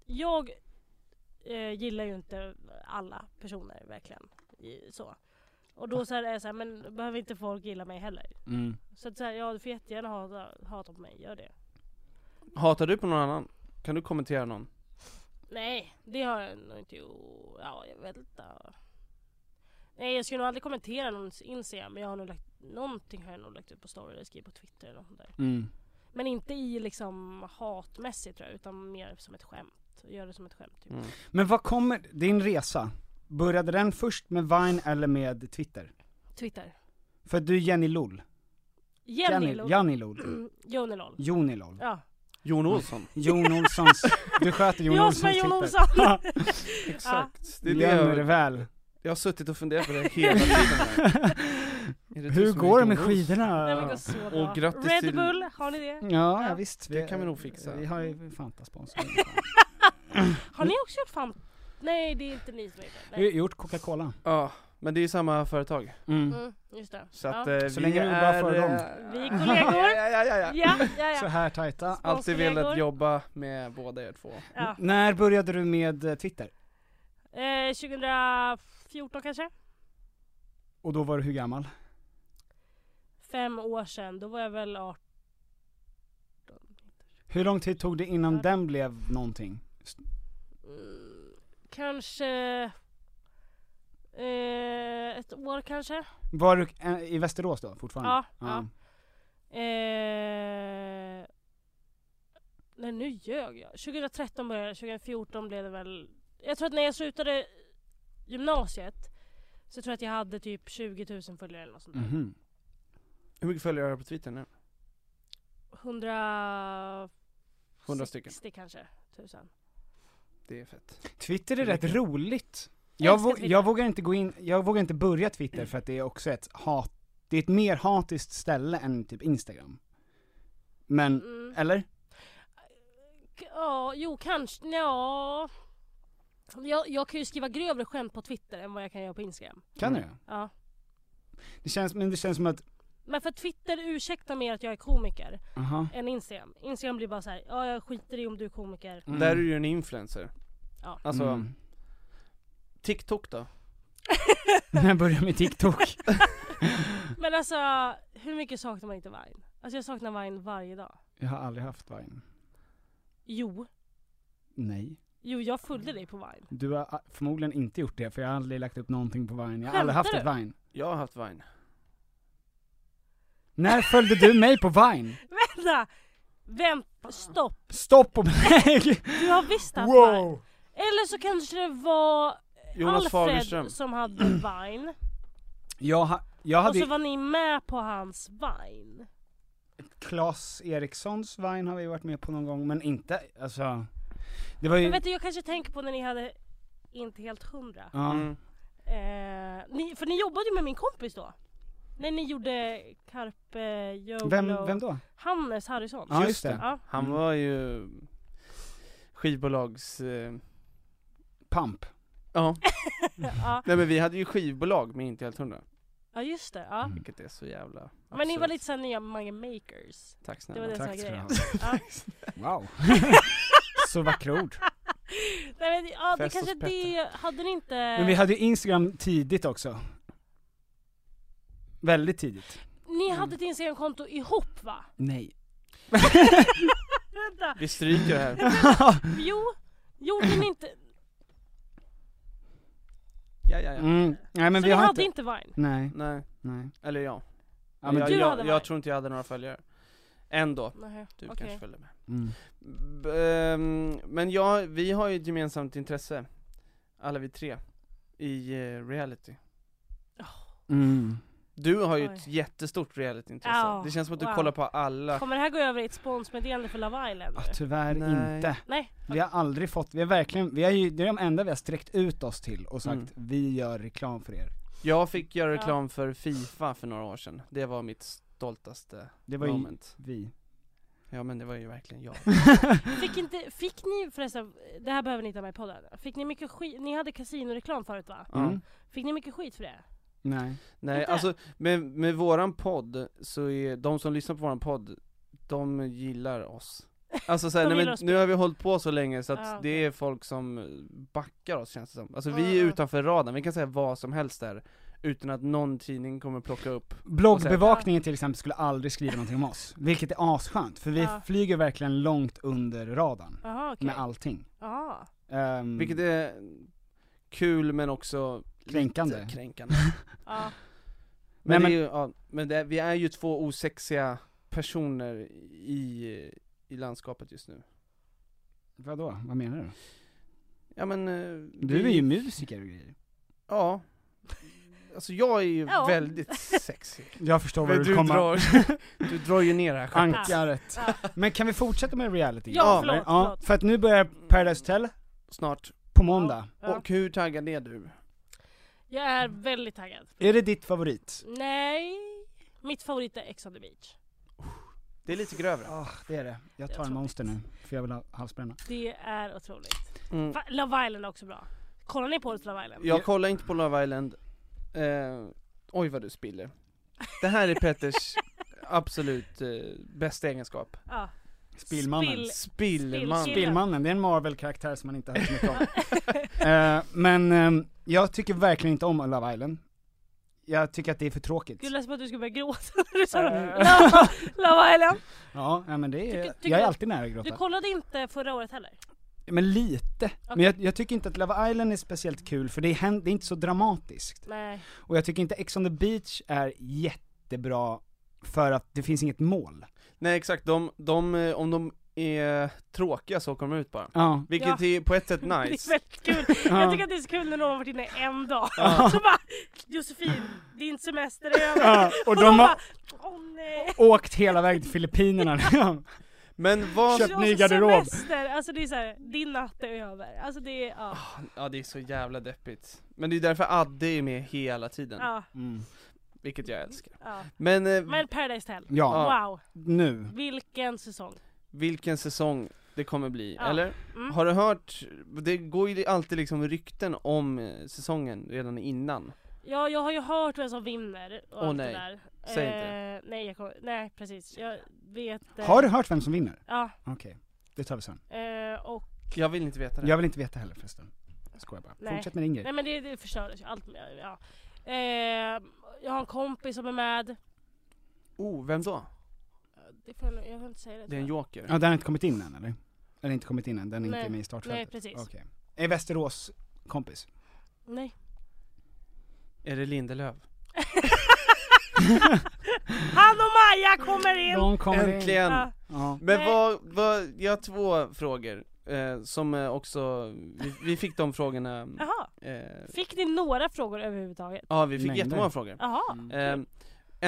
jag eh, gillar ju inte alla personer verkligen. I, så. Och då så här är jag så här, men behöver inte folk gilla mig heller?
Mm.
Så att så här, ja du får jättegärna hata, hata på mig, gör det.
Hatar du på någon annan? Kan du kommentera någon?
Nej, det har jag nog inte gjort. Ja, jag vet inte. Nej, jag skulle nog aldrig kommentera någons Instagram, men jag har nog lagt, någonting har jag nog lagt ut på story eller skrivit på Twitter eller något sånt där.
Mm.
Men inte i liksom hatmässigt tror jag, utan mer som ett skämt. Gör det som ett skämt typ.
Mm.
Men vad kommer, din resa, började den först med Vine eller med Twitter?
Twitter.
För du är Jenny Lol.
Jenny Mm. Lol.
Janni Lol.
Joni Lol.
Joni Lol.
Ja.
Jon Olsson?
Jon Olssons, du sköter Jon
jag som är
Olssons
Jon
Twitter.
Olsson.
Exakt, det är det
Glömmer det
jag,
väl.
jag har suttit och funderat på det hela tiden här. Är det du
Hur
som är
går det
Jon
med
Olsson?
Nej, men det
skidorna?
går så bra.
Och grattis
Red
till-
Bull, har ni det?
Ja,
Ja.
ja visst.
Det kan vi nog fixa.
Vi har ju Fanta-sponsor.
Har ni också gjort fan... Nej det är inte ni som har gjort det.
Vi har
Nej.
gjort Coca-Cola.
Ja, Men det är ju samma företag.
Mm, just det.
Så
ja.
att eh, vi
Så länge det går bra
är...
för dem.
eh,
Vi är kollegor.
ja, ja, ja, ja.
Ja, ja,
Så
ja.
här tajta.
Alltid
Sponskollegor.
velat jobba med båda er två.
ja.
När började du med eh, Twitter?
Eh, 2014 kanske?
Och då var du hur gammal?
Fem år sedan, då var jag väl 18.
Hur lång tid tog det innan den blev någonting?
Mm, kanske... Eh, ett år kanske?
Var du eh, i Västerås då fortfarande?
Ja, ja. Eh, nej nu ljög jag. 2013 började jag, 2014 blev det väl. Jag tror att när jag slutade gymnasiet så tror jag att jag hade typ 20 000 följare eller något sånt där.
Mhm.
Hur mycket följare har du på Twitter nu?
100...
100 stycken.
60 kanske, tusen.
Det är fett.
Twitter är
Hur
rätt
mycket?
roligt. Jag,
älskar
vå-
Twitter. Mm.
jag vågar inte gå in, jag vågar inte börja Twitter för att det är också ett hat, det är ett mer hatiskt ställe än typ Instagram. Men,
Mm.
eller?
K- Ja, jo kanske, ja. Jag, jag kan ju skriva grövre skämt på Twitter än vad jag kan göra på Instagram.
Kan du?
Ja.
Det känns, men det känns som att,
Men för Twitter ursäktar mer att jag är komiker
aha.
än Instagram. Instagram blir bara så här, ja jag skiter i om du är komiker.
Där är du ju en influencer.
Ja.
Alltså,
Mm.
TikTok då?
När jag började med TikTok.
Men alltså, hur mycket saknar man inte Vine? Alltså jag saknar Vine varje dag.
jag har aldrig haft Vine.
Jo,
Nej.
jo jag följde dig på Vine.
Du har a- förmodligen inte gjort det, för jag har aldrig lagt upp någonting på Vine. Jag har aldrig haft
Skämtar
ett Vine.
Jag har haft Vine.
När följde du mig på Vine?
Vänta! Vänta, stopp!
Stopp och belägg!
Du har visst haft Vine.
Wow!
Eller så kanske det var
Jonas
Alfred
Fagerström.
som hade Vine,
Jag, ha, jag
och
hade
så var ni med på hans Vine.
Klas Erikssons Vine har vi varit med på någon gång, men inte, alltså Det var ju,
Men vet du, jag kanske tänker på när ni hade inte helt hundra.
ja,
Mm.
Eh, ni, för ni jobbade ju med min kompis då. När ni gjorde Carpe Jolo.
vem, vem då?
Hannes Harrison.
Ja, just det.
Ja.
Han
Mm.
var ju skivbolags... Eh,
Pump
ja.
ja.
Nej men vi hade ju skivbolag med Inte Helt Hundra.
ja, just det.
Mm.
Ja.
Vilket är så jävla
Men ni var
absurt.
lite såhär nya Mange Makers.
Tack
Det
snälla.
var det som var
Tack ska du
grejen.
ha.
Ja.
Wow Så vackra ord
Nej, men, ja, det
Fest hos
kanske det, hade ni inte...
Men vi hade ju Instagram tidigt också Väldigt tidigt
Ni
Mm.
hade ett Instagramkonto ihop va?
Nej
Vänta!
Vi stryker det här.
Jo, gjorde ni inte?
Ja, ja, ja.
mm. Nej men
så
vi
ni
har
hade
inte,
inte Vine?
nej,
Nej,
nej
eller ja.
Ja, men
jag,
du
jag,
hade Vine.
jag tror inte jag hade några följare. Ändå.
Nej,
Du
okej.
kanske följer med.
mm.
B- ehm, men ja, vi har ju ett gemensamt intresse. Alla vi tre. I eh, reality.
Mm.
Du har ju ett
Oj.
jättestort realityintresse.
Ja,
det känns som att du
wow.
kollar på alla.
Kommer det här gå över i ett sponsmeddelande för Love Island
Ah,
nu?
Tyvärr
Nej.
inte
Nej?
Vi har aldrig fått, vi har verkligen, vi har ju, det är de enda vi har sträckt ut oss till och sagt
Mm.
vi gör reklam för er
Jag fick göra
Ja.
reklam för Fifa för några år sedan. Det var mitt stoltaste
Det var ju
moment.
vi
Ja men det var ju verkligen jag.
Fick, inte, fick ni förresten, det här behöver ni inte ha med i podden. Fick ni mycket skit, ni hade kasinoreklam förut va?
Ja.
Mm.
Fick ni mycket skit för det?
Nej
Nej,
Inte?
alltså med, med våran podd så är de som lyssnar på våran podd, de gillar oss. Alltså så här,
De
nej,
gillar
men
oss
nu har vi hållit på så länge så att
Ah, okej.
det är folk som backar oss känns det som. Alltså vi är
Mm.
utanför radarn, vi kan säga vad som helst där. Utan att någon tidning kommer plocka upp.
Bloggbevakningen till exempel skulle aldrig skriva någonting om oss, vilket är asskönt, för vi
Ja.
flyger verkligen långt under radarn
Jaha okej.
med allting.
Jaha.
Ehm,
Vilket är kul men också
Kränkande.
lite kränkande.
Ja.
Men,
Nej,
det är ju, ja, men det, vi är ju två osexiga personer i, i landskapet just nu.
Vadå? Vad menar du?
Ja men... eh,
Du
vi-
är ju musiker och grejer.
Ja. Alltså jag är ju
Ja.
väldigt sexig.
Jag förstår
Men du, drar, du drar ju ner det här själv.
Ankaret. Men kan vi fortsätta med reality?
Ja,
Men-
förlåt,
ja,
förlåt.
För att nu börjar Paradise Hotel
snart.
på måndag.
Ja.
Och hur taggad är du?
Jag är väldigt taggad.
Är det ditt favorit?
Nej, mitt favorit är Ex on the beach.
Det är lite grövre.
Ja, det är det. Jag tar
tror
en monster nu, för jag vill ha halsbränna.
Det är otroligt.
Mm.
Va- Love Island är också bra. Kollar ni på det Love Island?
Jag kollar inte på Love Island. Eh, oj vad du spiller. Det här är Petters absolut eh, bästa egenskap.
Ja.
Spillmannen.
Spill-
Spillman.
Spillkille.
Spillmannen, det är en Marvel-karaktär som man inte har hört så mycket om. Eh, men ehm, jag tycker verkligen inte om Love Island. Jag tycker att det är för tråkigt.
Gud, det lät som att du skulle börja gråta när du sa det.
Eh.
Lava- Lava Island.
Ja, ja, men det är,
Tycker- tycker
jag är
du-
alltid nära att
Du
gråta.
kollade inte förra året heller?
Men lite. Men jag, jag tycker inte att Love Island är speciellt kul för det är, hän- det är inte så dramatiskt.
Nej.
Och jag tycker inte Ex on the beach är jättebra för att det finns inget mål.
Nej exakt, de, de, eh, om de är tråkiga så kommer de ut bara.
Ja.
Vilket
Ja.
är på ett sätt
Det är
nice.
väldigt kul. Jag tycker att det är så kul när någon har varit inne en dag. Så bara, Josefin, din semester är över.
Ja, och
och
de
de
har-
bara, åh nej.
Åkt hela vägen till Filippinerna.
Men vad...
Köp
Du har
ny
så
garderob.
Alltså, Semester. Alltså det är såhär, din natt är över. Alltså det är, ja.
Ja det är så jävla deppigt. Men det är därför Adde är med hela tiden.
ja,
Mm.
Vilket jag älskar.
ja.
Men, eh,
Men Paradise Hotel,
Ja,
wow.
nu.
Vilken säsong.
vilken säsong det kommer bli,
Ja.
eller?
Mm.
Har du hört, det går ju alltid liksom rykten om eh, säsongen redan innan.
Ja, jag har ju hört vem som vinner och
Åh,
allt
nej.
det där.
Säg inte
Eh, nej, jag kommer, nej precis. Jag vet. eh,
Har du hört vem som vinner?
Ja,
Okej, det tar vi sen.
eh, och
Jag vill inte veta det.
Jag vill inte veta heller förresten. Jag skojar bara.
Nej.
Fortsätt med din grej.
Nej men det, det förstördes ju, allt med, ja. eh, Jag har en kompis som är med,
Oh, vem då?
det får jag, nog- jag får inte säga det.
Det är en joker.
Ja, den har inte kommit in än eller? Eller inte kommit in än, den är
Nej.
inte med i
Nej
startfältet?
precis.
Okej. Är Västerås kompis?
Nej.
Är det Lindelöf?
Han och Maja kommer in!
De kommer in.
Äntligen!
Ja.
Ja.
Men
Nej.
vad, vad, jag har två frågor, eh, som eh, också, vi, vi fick de frågorna,
Jaha,
eh,
fick ni några frågor överhuvudtaget?
ja vi fick
Mängder.
jättemånga frågor.
Jaha,
Mm.
Eh,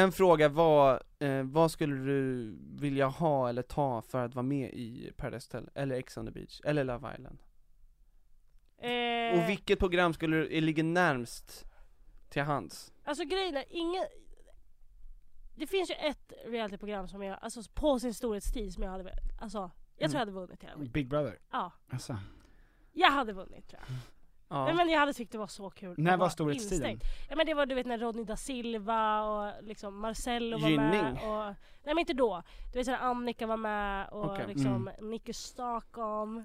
en fråga var, eh, vad skulle du vilja ha eller ta för att vara med i Paradise Hotel, eller Ex on the Beach, eller Love Island?
eh,
Mm. Och vilket program skulle du, ligger närmst till hands?
alltså grejen är, ingen... Det finns ju ett realityprogram som jag, alltså på sin storhetstid som jag hade velat, alltså jag tror jag hade vunnit hela skiten.
Big Brother?
Ja,
Alltså.
jag hade vunnit tror jag.
Ja.
Nej men jag hade tyckt det var så kul.
När
att
var
vara
storhetstiden?
instängd. Ja men det var du vet när Rodney da Silva och liksom Marcello var med
Gynning.
och... Nej men inte då. Du vet när Annika var med och
Okej.
liksom Nicky Stockholm.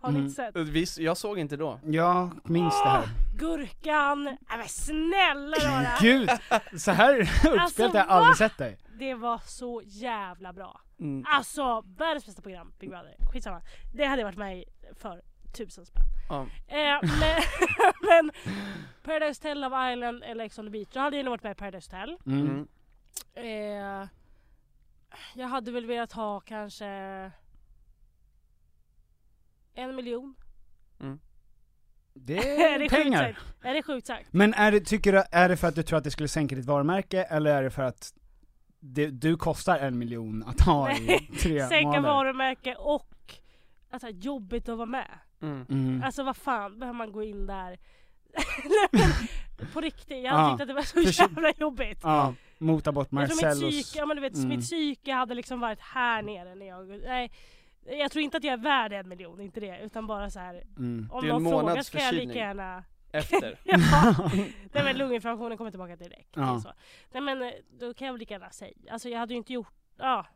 Har ni inte sett?
Eh, Vi, jag såg inte då.
Jag minns det här.
Gurkan! Nej men snälla rara!
Gud! Så här uppspelt har jag
Alltså, va?
aldrig sett dig.
Det var så jävla bra.
Mm.
Alltså världens bästa program, Big Brother. Skitsamma. Det hade jag varit med i för tusen spänn.
Ja.
Eh, men, men Paradise Hotel, Love Island eller Ex on the Beach. Då hade jag nog varit med i Paradise Hotel.
Mm.
Eh, jag hade väl velat ha kanske en miljon.
Det
Är
är
det
Eh, pengar.
sjukt sagt? Är det sjukt sagt?
Men är det, tycker du, är det för att du tror att det skulle sänka ditt varumärke, eller är det för att det, du kostar en miljon att ha i
Nej,
tre
Sänka
månader?
varumärke och att det är jobbigt att vara med.
Mm.
Mm.
Alltså vad fan, behöver man gå in där? Nej, men På riktigt, jag
Ja.
hade tyckt att det var så
Försö-
jävla jobbigt.
Ja, mota bort
Jag tror mitt
Marcellos...
psyke, ja, men du vet,
Mm.
mitt psyke hade liksom varit här nere när jag... Nej, jag tror inte att jag är värd en miljon, inte det. Utan bara så här.
Mm.
om
Det är en
någon frågar
månads
så kan jag lika
förkylning.
gärna
Efter.
Ja. Nej men lunginflammationen kommer tillbaka direkt.
Ja.
Det är Så. Nej men eh, då kan jag väl lika gärna säga, alltså jag hade ju inte gjort, ja.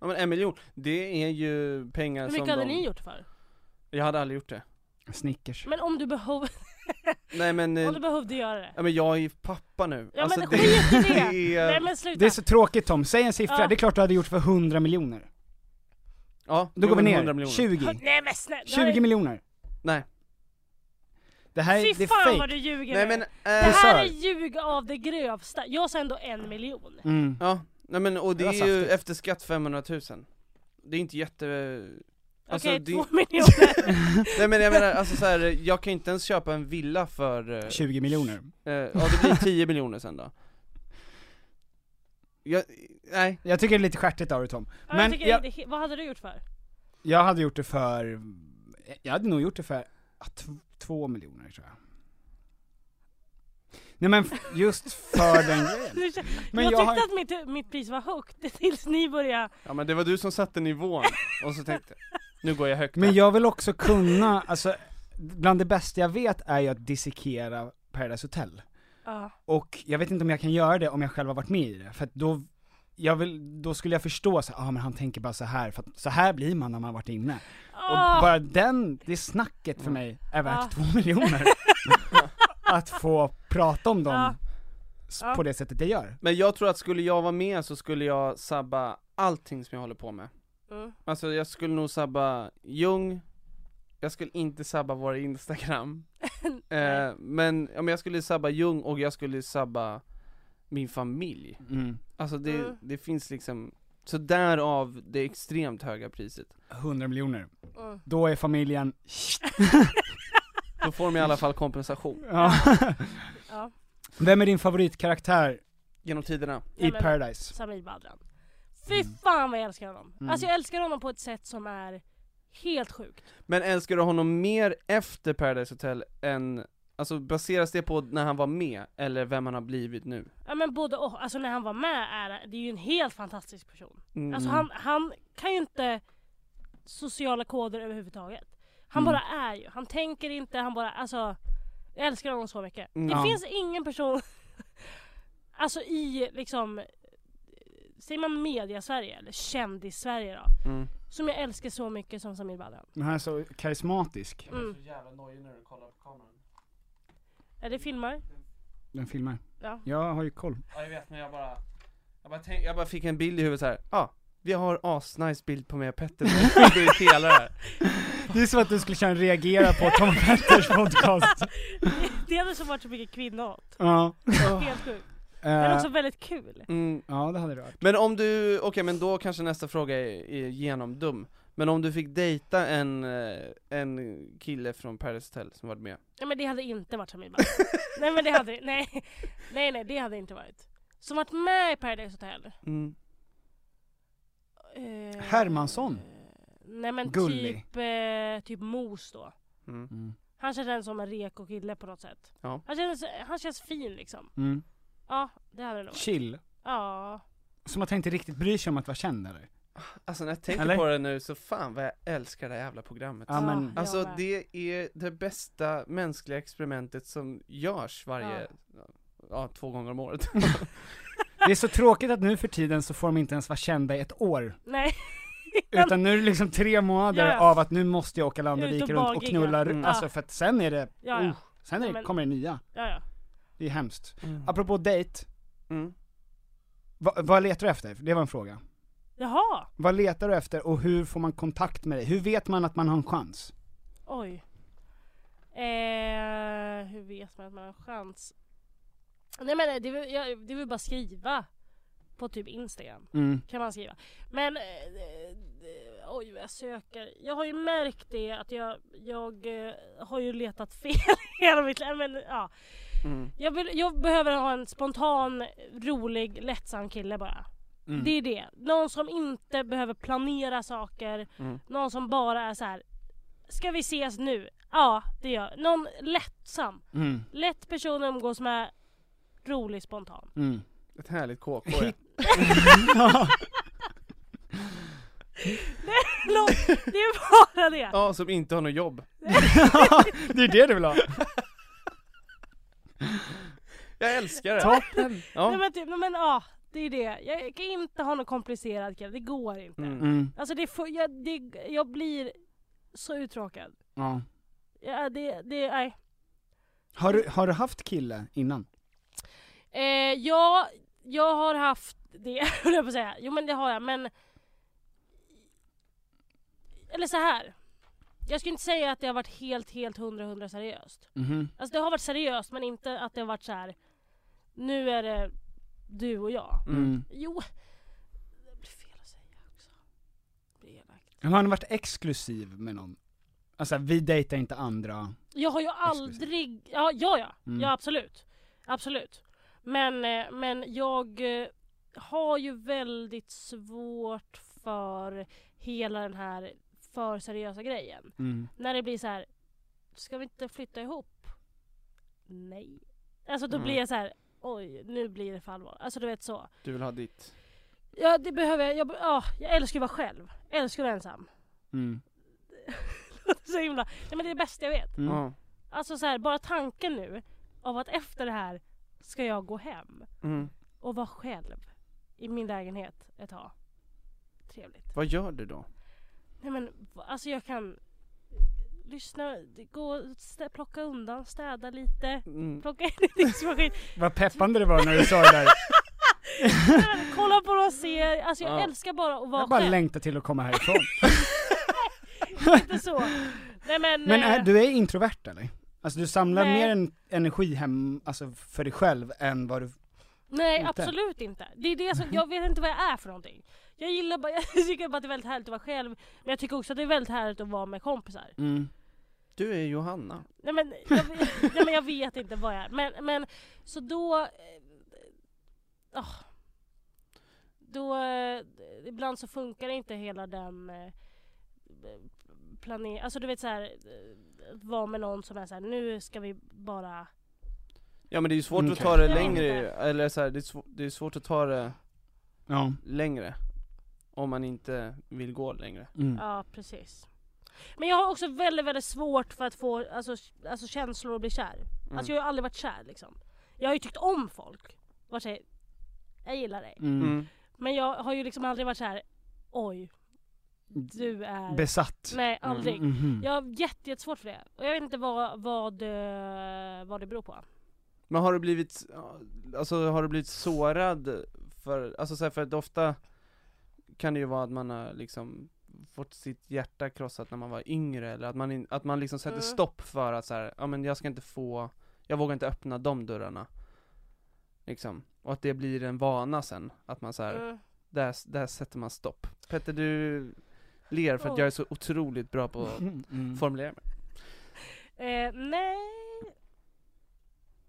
Ja men en miljon, det är ju pengar
Hur
som
mycket hade
de...
ni gjort för?
Jag hade aldrig gjort det.
Snickers.
Men om du, behov,
Nej men, eh,
om du behövde göra det?
ja, men jag är ju pappa nu. Alltså,
Ja
det-
men skit i det!
det är-
Nej men sluta!
Det är så tråkigt Tom, säg en siffra,
Ja.
det är klart du hade gjort för 100 miljoner.
Ja,
Då går vi
100
ner,
miljoner.
20.
Nej men snälla! det här
20 miljoner.
Nej.
Det här
är-
det
Fy
är
fan vad du
fake.
ljuger
Nej
nu.
men,
Det
eh,
här är
Frisör.
ljug av det grövsta, jag sa ändå en miljon.
Mm.
ja, nej men och det,
Det var
är ju
saftigt.
efter skatt 500 000. Det är inte jätte... Alltså,
Okej,
det-
två miljoner.
Nej men jag menar, alltså så här, jag kan inte ens köpa en villa för... eh,
20 miljoner.
eh, ja det blir 10 miljoner sen då. Jag, nej,
Jag tycker det är lite stjärtigt av dig Tom.
Ja,
Men
jag tycker,
jag-
det- Vad hade du gjort för?
Jag hade gjort det för, jag hade nog gjort det för ja, tv- två miljoner tror jag. Nej men f- just för den grejen.
Du känner-
Men
jag,
jag har-
tyckte att mitt, mitt pris var högt tills ni började
ja men det var du som satte nivån, och så tänkte jag, nu går jag högt
Men
här.
jag vill också kunna, alltså, bland det bästa jag vet är ju att dissekera Paradise Hotel.
Ja.
Och jag vet inte om jag kan göra det om jag själv har varit med i det, för att då, jag vill, då skulle jag förstå så här, ah, men han tänker bara så här, för att så här blir man när man har varit inne. Och bara den, det snacket för mig är värt
Ah.
två miljoner. att få prata om dem
Ja.
s-
Ja.
på det sättet jag gör.
Men jag tror att skulle jag vara med så skulle jag sabba allting som jag håller på med
Mm.
Alltså jag skulle nog sabba Jung Jag skulle inte sabba våra Instagram eh, Men, ja, men jag skulle sabba Jung och jag skulle sabba min familj
Mm.
Alltså det,
Mm.
det finns liksom Så därav det extremt höga priset
100 miljoner.
Mm.
Då är familjen,
Då får de i alla fall kompensation
ja.
Ja.
Vem är din favoritkaraktär
genom tiderna
i
Nej, men-
Paradise?
Samir Badran. Fy fan vad jag älskar honom.
Mm.
Alltså jag älskar honom på ett sätt som är helt sjukt.
Men älskar du honom mer efter Paradise Hotel än Alltså baseras det på när han var med, eller vem han har blivit nu?
Ja men både och, alltså när han var med är det är ju en helt fantastisk person.
Mm.
Alltså han, han kan ju inte sociala koder överhuvudtaget. Han
Mm.
bara är ju, han tänker inte, han bara, alltså jag älskar honom så mycket.
Mm.
Det
Ja.
finns ingen person, alltså i liksom, säger man media-Sverige eller kändis-Sverige då,
Mm.
som jag älskar så mycket som Samir Badran.
Men han är så karismatisk.
Mm.
jävla nojig när du kollar på kameran
Är det filmer?
Den filmar.
Ja.
Jag har ju koll.
Ja jag vet men jag bara Jag bara, tänk, jag bara fick en bild i huvudet så här. ja ah, vi har asnice bild på mig och Petter, men jag skiter i hela det här.
Det är som att du skulle köra en reagera på Tom Petters podcast.
Det hade så varit så mycket kvinnohat.
Ja.
Helt sjukt. Men
Eh,
också väldigt kul.
Mm.
ja, det hade det varit.
Men om du, okej men då kanske nästa fråga är, är genomdum Men om du fick dejta en, eh, en kille från Paris Hotel som varit med
Nej men det hade inte varit Samir Badran. nej men det hade, nej. Nej nej det hade inte varit. Som varit med i Paradise Hotel.
mm.
Eh,
Hermansson.
Nej men
Gullig.
typ, eh, typ Mos då.
Mm.
Mm.
Han känns som en reko kille på något sätt.
Ja.
Han, känns, han känns fin liksom.
Mm.
Ja det hade det nog varit.
Chill.
Ja.
Som att han inte riktigt bryr sig om att vara känd eller?
Alltså när jag tänker
Eller?
på det nu så fan vad jag älskar det här jävla programmet
Ja, men-
jag
Alltså
med.
det är det bästa mänskliga experimentet som görs varje,
Ja.
ja, två gånger om året
Det är så tråkigt att nu för tiden så får de inte ens vara kända i ett år.
Nej.
Utan nu är det liksom tre månader
Ja, ja.
av att nu måste jag åka land och
Ut och
rike runt och
bargigga.
knulla
Mm.
runt. Alltså
Ja.
för att sen är det,
Ja ja.
Uh, sen är det,
Men-
kommer det nya.
ja, ja.
Det är hemskt.
Mm.
Apropå dejt,
Mm.
vad, vad letar du efter? Det var en fråga.
Jaha.
Vad letar du efter och hur får man kontakt med dig? Hur vet man att man har en chans?
Oj. Eh, hur vet man att man har en chans? Nej men eh, det är väl- jag- det är väl bara skriva. På typ Instagram.
Mm.
kan man skriva. Men eh, eh, eh, oj vad jag söker. Jag har ju märkt det att jag, jag eh, har ju letat fel hela mitt liv. Men, ja.
Mm.
jag, vill, jag behöver ha en spontan, rolig, lättsam kille bara.
Mm.
Det är det. Någon som inte behöver planera saker.
Mm.
Någon som bara är så här. Ska vi ses nu? Ja, det gör Någon lättsam.
Mm.
Lätt person att umgås med. Rolig, spontan.
Mm.
Ett härligt KK ja.
Det är bara det.
ja, som inte har något jobb
det är det du vill ha.
Jag älskar det!
Toppen.
Nej
Ja.
men typ, nej, men ja, det är det. Jag kan inte ha någon komplicerad kille, det går inte.
Mm.
Mm.
Alltså det, är för, jag, det, jag blir så uttråkad.
Ja.
Ja, det, det, nej.
Har, du, har du haft kille innan?
Eh, jag, jag har haft det, höll jag på att säga. Jo men det har jag, men... Eller så här. Jag skulle inte säga att det har varit helt, helt hundra, hundra seriöst.
Mhm.
Alltså det har varit seriöst, men inte att det har varit så här. nu är det du och jag.
Mm.
Jo, det blir fel att säga också. Det blir elakt.
Har han varit exklusiv med någon? Alltså vi dejtar inte andra.
Jag har ju aldrig, ja ja ja,
Mm.
ja absolut. Absolut. Men, eh, men jag eh, har ju väldigt svårt för hela den här för seriösa grejen.
Mm.
När det blir så här. ska vi inte flytta ihop? Nej. Alltså då
Mm.
blir jag så här. oj nu blir det för allvar. Alltså du vet så.
Du vill ha ditt
Ja det behöver jag, jag, be- ja, jag älskar ju att vara själv. Jag älskar att vara ensam.
Mm.
så himla, nej men det är det bästa jag vet.
Mm.
Ja.
Alltså så här, bara tanken nu av att efter det här ska jag gå hem
Mm.
och vara själv i min lägenhet ett tag. Trevligt.
Vad gör du då?
Nej men v- alltså jag kan lyssna, gå, och stä, plocka undan, städa lite,
Mm.
plocka in i diskmaskinen.
Vad peppande det var när du sa det där.
Kolla på någon serie, alltså jag
Ja.
älskar bara att vara
Jag bara
själv.
längtar till att komma härifrån.
Inte så. Nej men,
Men
eh,
är, du är introvert eller? Alltså du samlar
Nej.
mer en energi hem, alltså för dig själv än vad du...
nej
inte?
absolut inte. Det är det som, jag vet inte vad jag är för någonting. Jag gillar bara, jag tycker bara att det är väldigt härligt att vara själv, men jag tycker också att det är väldigt härligt att vara med kompisar.
Mm.
Du är Johanna.
Nej men jag, vet- nej, men jag vet inte vad jag är. Men, men så då... eh, ah. då eh, ibland så funkar inte hela den eh, planeringen. Alltså du vet så här, eh, att vara med någon som är så här, nu ska vi bara...
Ja men det är ju svårt att
Okej.
ta det
Jag vet
längre,
inte.
eller så här, det, är svå- det är svårt att ta det
Ja.
längre. Om man inte vill gå längre.
Mm.
Ja precis. Men jag har också väldigt väldigt svårt för att få alltså, alltså känslor och bli kär.
Mm.
Alltså jag har ju aldrig varit kär liksom. Jag har ju tyckt om folk. Vart säger jag gillar dig.
Mm.
Men jag har ju liksom aldrig varit så här. oj, du
Mm.
är...
Besatt.
Nej, aldrig.
Mhm.
Jag har jätte, jättesvårt för det. Och jag vet inte vad, vad, eh, vad det beror på.
Men har du blivit, alltså har du blivit sårad för, alltså så här, för att ofta kan det ju vara att man har liksom fått sitt hjärta krossat när man var yngre eller att man, in, att man liksom sätter
Mm.
stopp för att så här, ja men jag ska inte få, jag vågar inte öppna de dörrarna. Liksom. Och att det blir en vana sen, att man så här,
Mm.
där, där sätter man stopp. Petter du ler för att jag är så otroligt bra på att
Mm.
formulera mig.
Eh, nej.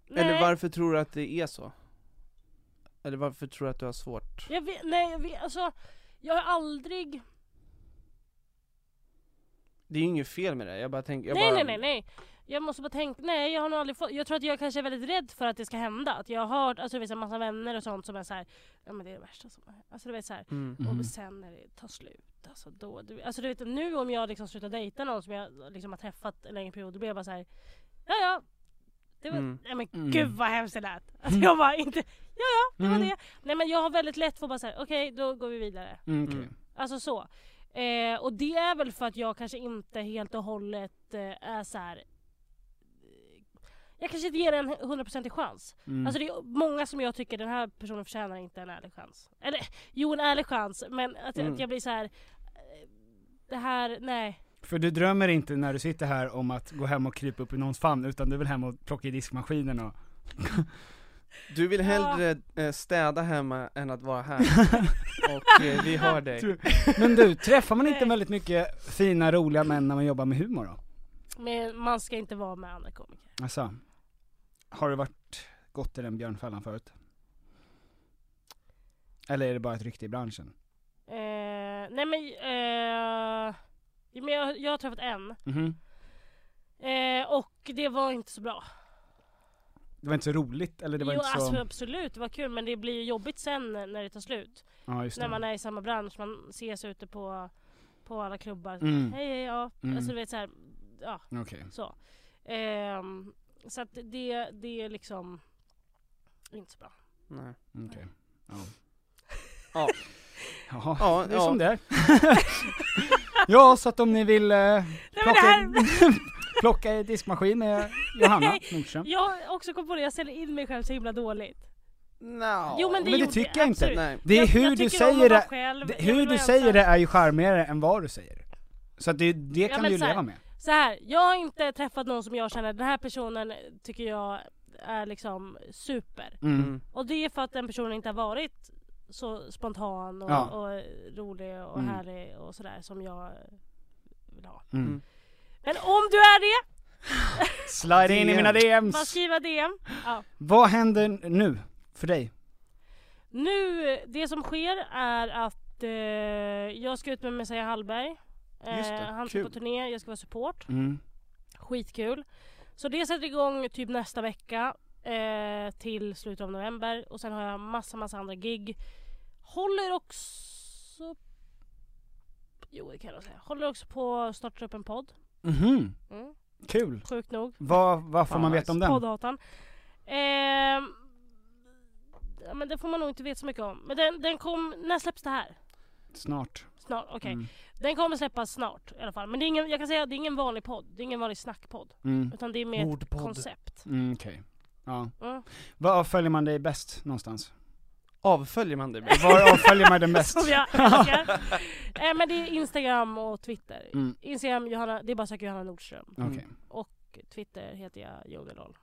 Eller varför tror du att det är så? Eller varför tror du att du har svårt?
Jag vet, nej, jag vet, alltså. Jag har aldrig...
Det är ju inget fel med det, jag bara tänker, jag
nej,
bara...
nej, nej, nej. Jag måste bara tänka, nej jag har nog aldrig fått, jag tror att jag kanske är väldigt rädd för att det ska hända. Att jag har hört, alltså det finns en massa vänner och sånt som är så här, ja men det är det värsta som har hänt. Alltså du vet så här,
Mm.
Mhm.
och sen när det tar slut, alltså då. Du, alltså du vet nu om jag liksom slutar dejta någon som jag liksom har träffat en längre period, då blir jag bara så här, ja ja. Det var,
Mm.
nej men
Mm.
gud vad hemskt det lät. Alltså jag bara inte, ja ja, det
Mm.
var det. Nej men jag har väldigt lätt för att bara säga okej då går vi vidare.
Mm, okej.
Mm.
Alltså så. Eh, och det är väl för att jag kanske inte helt och hållet eh, är så här. eh, Jag kanske inte ger en hundraprocentig chans.
Mm.
Alltså det är många som jag tycker den här personen förtjänar inte en ärlig chans. Eller jo en ärlig chans men att,
Mm.
att jag blir så här. eh, Det här, nej.
För du drömmer inte när du sitter här om att gå hem och krypa upp i någons famn, utan du vill hem och plocka i diskmaskinen och...
Du vill hellre eh, städa hemma än att vara här, och eh, vi hör dig
Men du, träffar man inte
Nej.
väldigt mycket fina, roliga män när man jobbar med humor då?
Men man ska inte vara med andra komiker.
Alltså, har du varit gått i den björnfällan förut? Eller är det bara ett rykte i branschen?
Eh, nej men, eh, men jag, jag har träffat en.
Mhm.
Eh, och det var inte så bra.
Det var inte så roligt, eller det var
jo,
inte så...
alltså, absolut, det var kul men det blir ju jobbigt sen när det tar slut.
ja, just
När
det.
man är i samma bransch, man ses ute på, på alla klubbar.
Mm.
Hej hej ja.
Mm.
Alltså du vet såhär, ja
Okej.
så. Ehm, så att det, det är liksom inte så bra.
Nej.
Okej. Ja.
Ja.
Jaha,
Ja,
det är
ja.
som det är. ja, så att om ni vill eh,
men det
plocka,
här-
plocka i diskmaskin med Johanna Nordström.
Jag har också kommit på det, jag säljer in mig själv så himla dåligt.
No.
Jo men det,
men det
gjorde
tycker jag inte.
absolut.
Nej,
Det är
Jag-
hur
jag
du
tycker om
säger
att vara
det,
själv.
det
Jag vill
hur
vara
du säger
ensam.
det är ju charmigare än vad du säger. Så att det, det kan
men
du ju
så här-
leva med.
Så här, jag har inte träffat någon som jag känner, den här personen tycker jag är liksom super.
mm.
Och det är för att den personen inte har varit så spontan och,
Ja.
och rolig och
Mm.
härlig och sådär som jag vill ha.
Mm.
Men om du är det,
Slide in i mina
bara
DMs!
skriva DM. Ja.
Vad händer nu, för dig?
Nu, det som sker är att eh, jag ska ut med Messiah Hallberg. Eh,
Just det,
han ska
kul.
på turné, jag ska vara support.
Mm.
Skitkul. Så det sätter igång typ nästa vecka eh, till slutet av november och sen har jag massa, massa andra gig. Håller också... Jo, det kan jag nog säga. Håller också på att starta upp en podd.
Mhm,
Mm.
kul.
Sjukt nog.
Vad, vad får
Fan,
man
alltså,
nice.
veta om den?
Poddatan. Ehm, ja, men den får man nog inte veta så mycket om. Men den, den kom, när släpps det här?
Snart.
Snart, okej.
Mm.
Den kommer släppas snart i alla fall. Men det är ingen, jag kan säga att det är ingen vanlig podd. Det är ingen vanlig snackpodd.
Mm.
Utan det är mer ett
Mordpodd.
koncept.
Mm, Okej. Ja.
Mm.
Var följer man dig bäst någonstans?
Avföljer man dig med?
Var följer man den bäst?
Som jag älskar. eh, men det är Instagram och Twitter.
Mm.
Instagram, Johanna, det är bara att söka Johanna Nordström.
Okej.
Och Twitter heter jag Jodelol.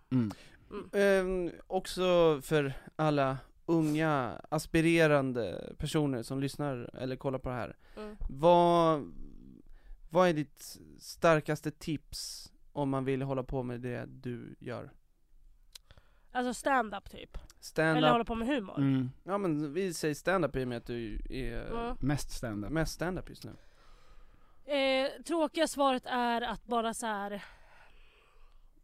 Ehm, också för alla unga, aspirerande personer som lyssnar eller kollar på det här.
Mm.
Vad, vad är ditt starkaste tips om man vill hålla på med det du gör?
Alltså stand-up typ. Eller hålla
Stand-up,
på med humor.
Mm.
ja men vi säger stand-up i och med att du är
Mm.
Mest stand-up.
mest stand-up just nu.
Eh, tråkiga svaret är att bara så här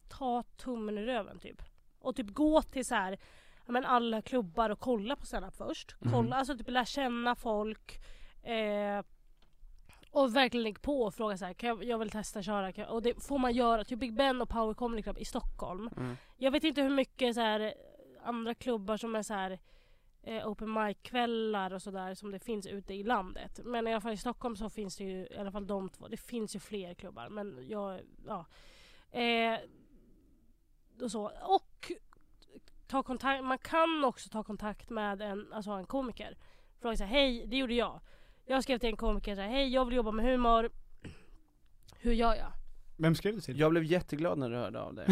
ta tummen i röven typ. Och typ gå till så här, ja, men alla klubbar och kolla på stand-up först. Kolla, alltså typ lära känna folk. Eh, och verkligen lägg på och fråga så här, kan jag, jag vill testa köra. Kan jag, och det får man göra. Typ Big Ben och Power Comedy Club i Stockholm.
Mm.
Jag vet inte hur mycket så här andra klubbar som är så här eh, open mic-kvällar och sådär som det finns ute i landet. Men i alla fall i Stockholm så finns det ju i alla fall de två. Det finns ju fler klubbar men jag, ja. Eh, och så. Och ta kontakt, man kan också ta kontakt med en, alltså en komiker. Fråga såhär, hej, det gjorde jag. Jag skrev till en komiker såhär, hej jag vill jobba med humor. Hur gör jag?
Vem skrev du till?
Jag blev jätteglad när du hörde av dig.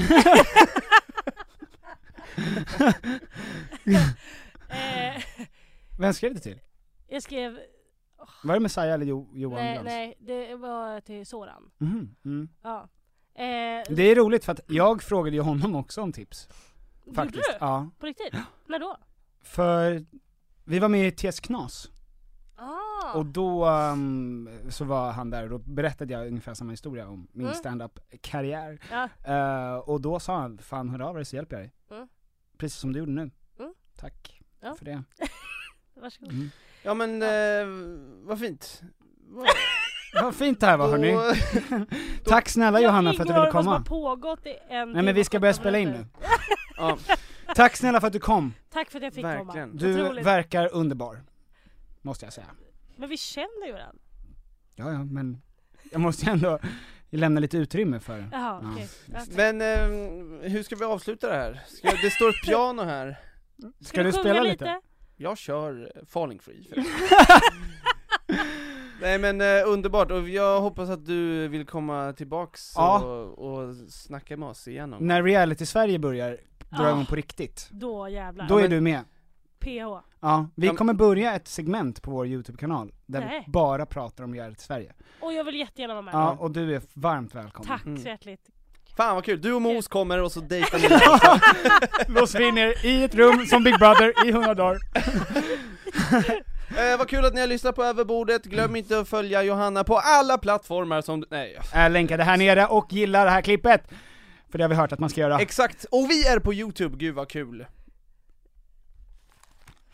Eh,
Vem skrev du till?
jag skrev,
Var det Messiah eller jo- Johan
nej,
Glans?
nej, det var till Soran.
Mhm, mm.
Ja. Eh,
Det är roligt för att jag frågade ju honom också om tips.
gjorde
Faktiskt.
du?
Ja.
På riktigt? När då?
För vi var med i TS Knas
Ah.
och då ehm, så var han där och då berättade jag ungefär samma historia om min
Mm.
stand-up karriär
Ja.
Eh, Och då sa han, fan hör av dig så hjälper jag dig.
Mm.
Precis som du gjorde nu.
Mm.
Tack
Ja.
för det.
Varsågod.
Mm.
Ja men, eh, vad fint. Vad-
Vad fint det här var hörni. Tack snälla Johanna för att du ville
Jag ignorerar vad
komma.
som har pågått i en
Nej men vi ska börja spela in nu.
ja,
Tack snälla för att du kom.
Tack för att jag fick
Verkligen.
komma.
Du
Otroligt.
verkar underbar. Måste jag säga.
men vi känner ju varandra.
Ja, ja, men jag måste ju ändå lämna lite utrymme för
Jaha,
Ja.
okej. Ja.
men ehm, hur ska vi avsluta det här? Ska, det står ett piano här.
Ska, du spela lite?
Jag kör eh, Falling Free för Nej men eh, underbart, och jag hoppas att du vill komma tillbaks
Ja.
och, och snacka med oss igen om-
När reality-Sverige börjar dra
Ah.
igång på riktigt,
Då jävlar.
då är
men-
du med.
PH.
Ja,
Ja,
vi
men-
kommer börja ett segment på vår YouTube-kanal där
Nej.
vi bara pratar om reality-Sverige.
Och jag vill jättegärna vara med.
Ja, och du är varmt välkommen.
Tack
Mm.
så hjärtligt.
Fan vad kul, du och Mos kommer och så dejtar ni
Lås vi in er i ett rum som Big Brother i 100 dagar.
eh, Vad kul att ni har lyssnat på Överbordet, glöm inte att följa Johanna på alla plattformar som du... Nej, ja.
Är länkade här nere och gilla det här klippet. För det har vi hört att man ska göra.
exakt! Och vi är på Youtube, gud vad kul!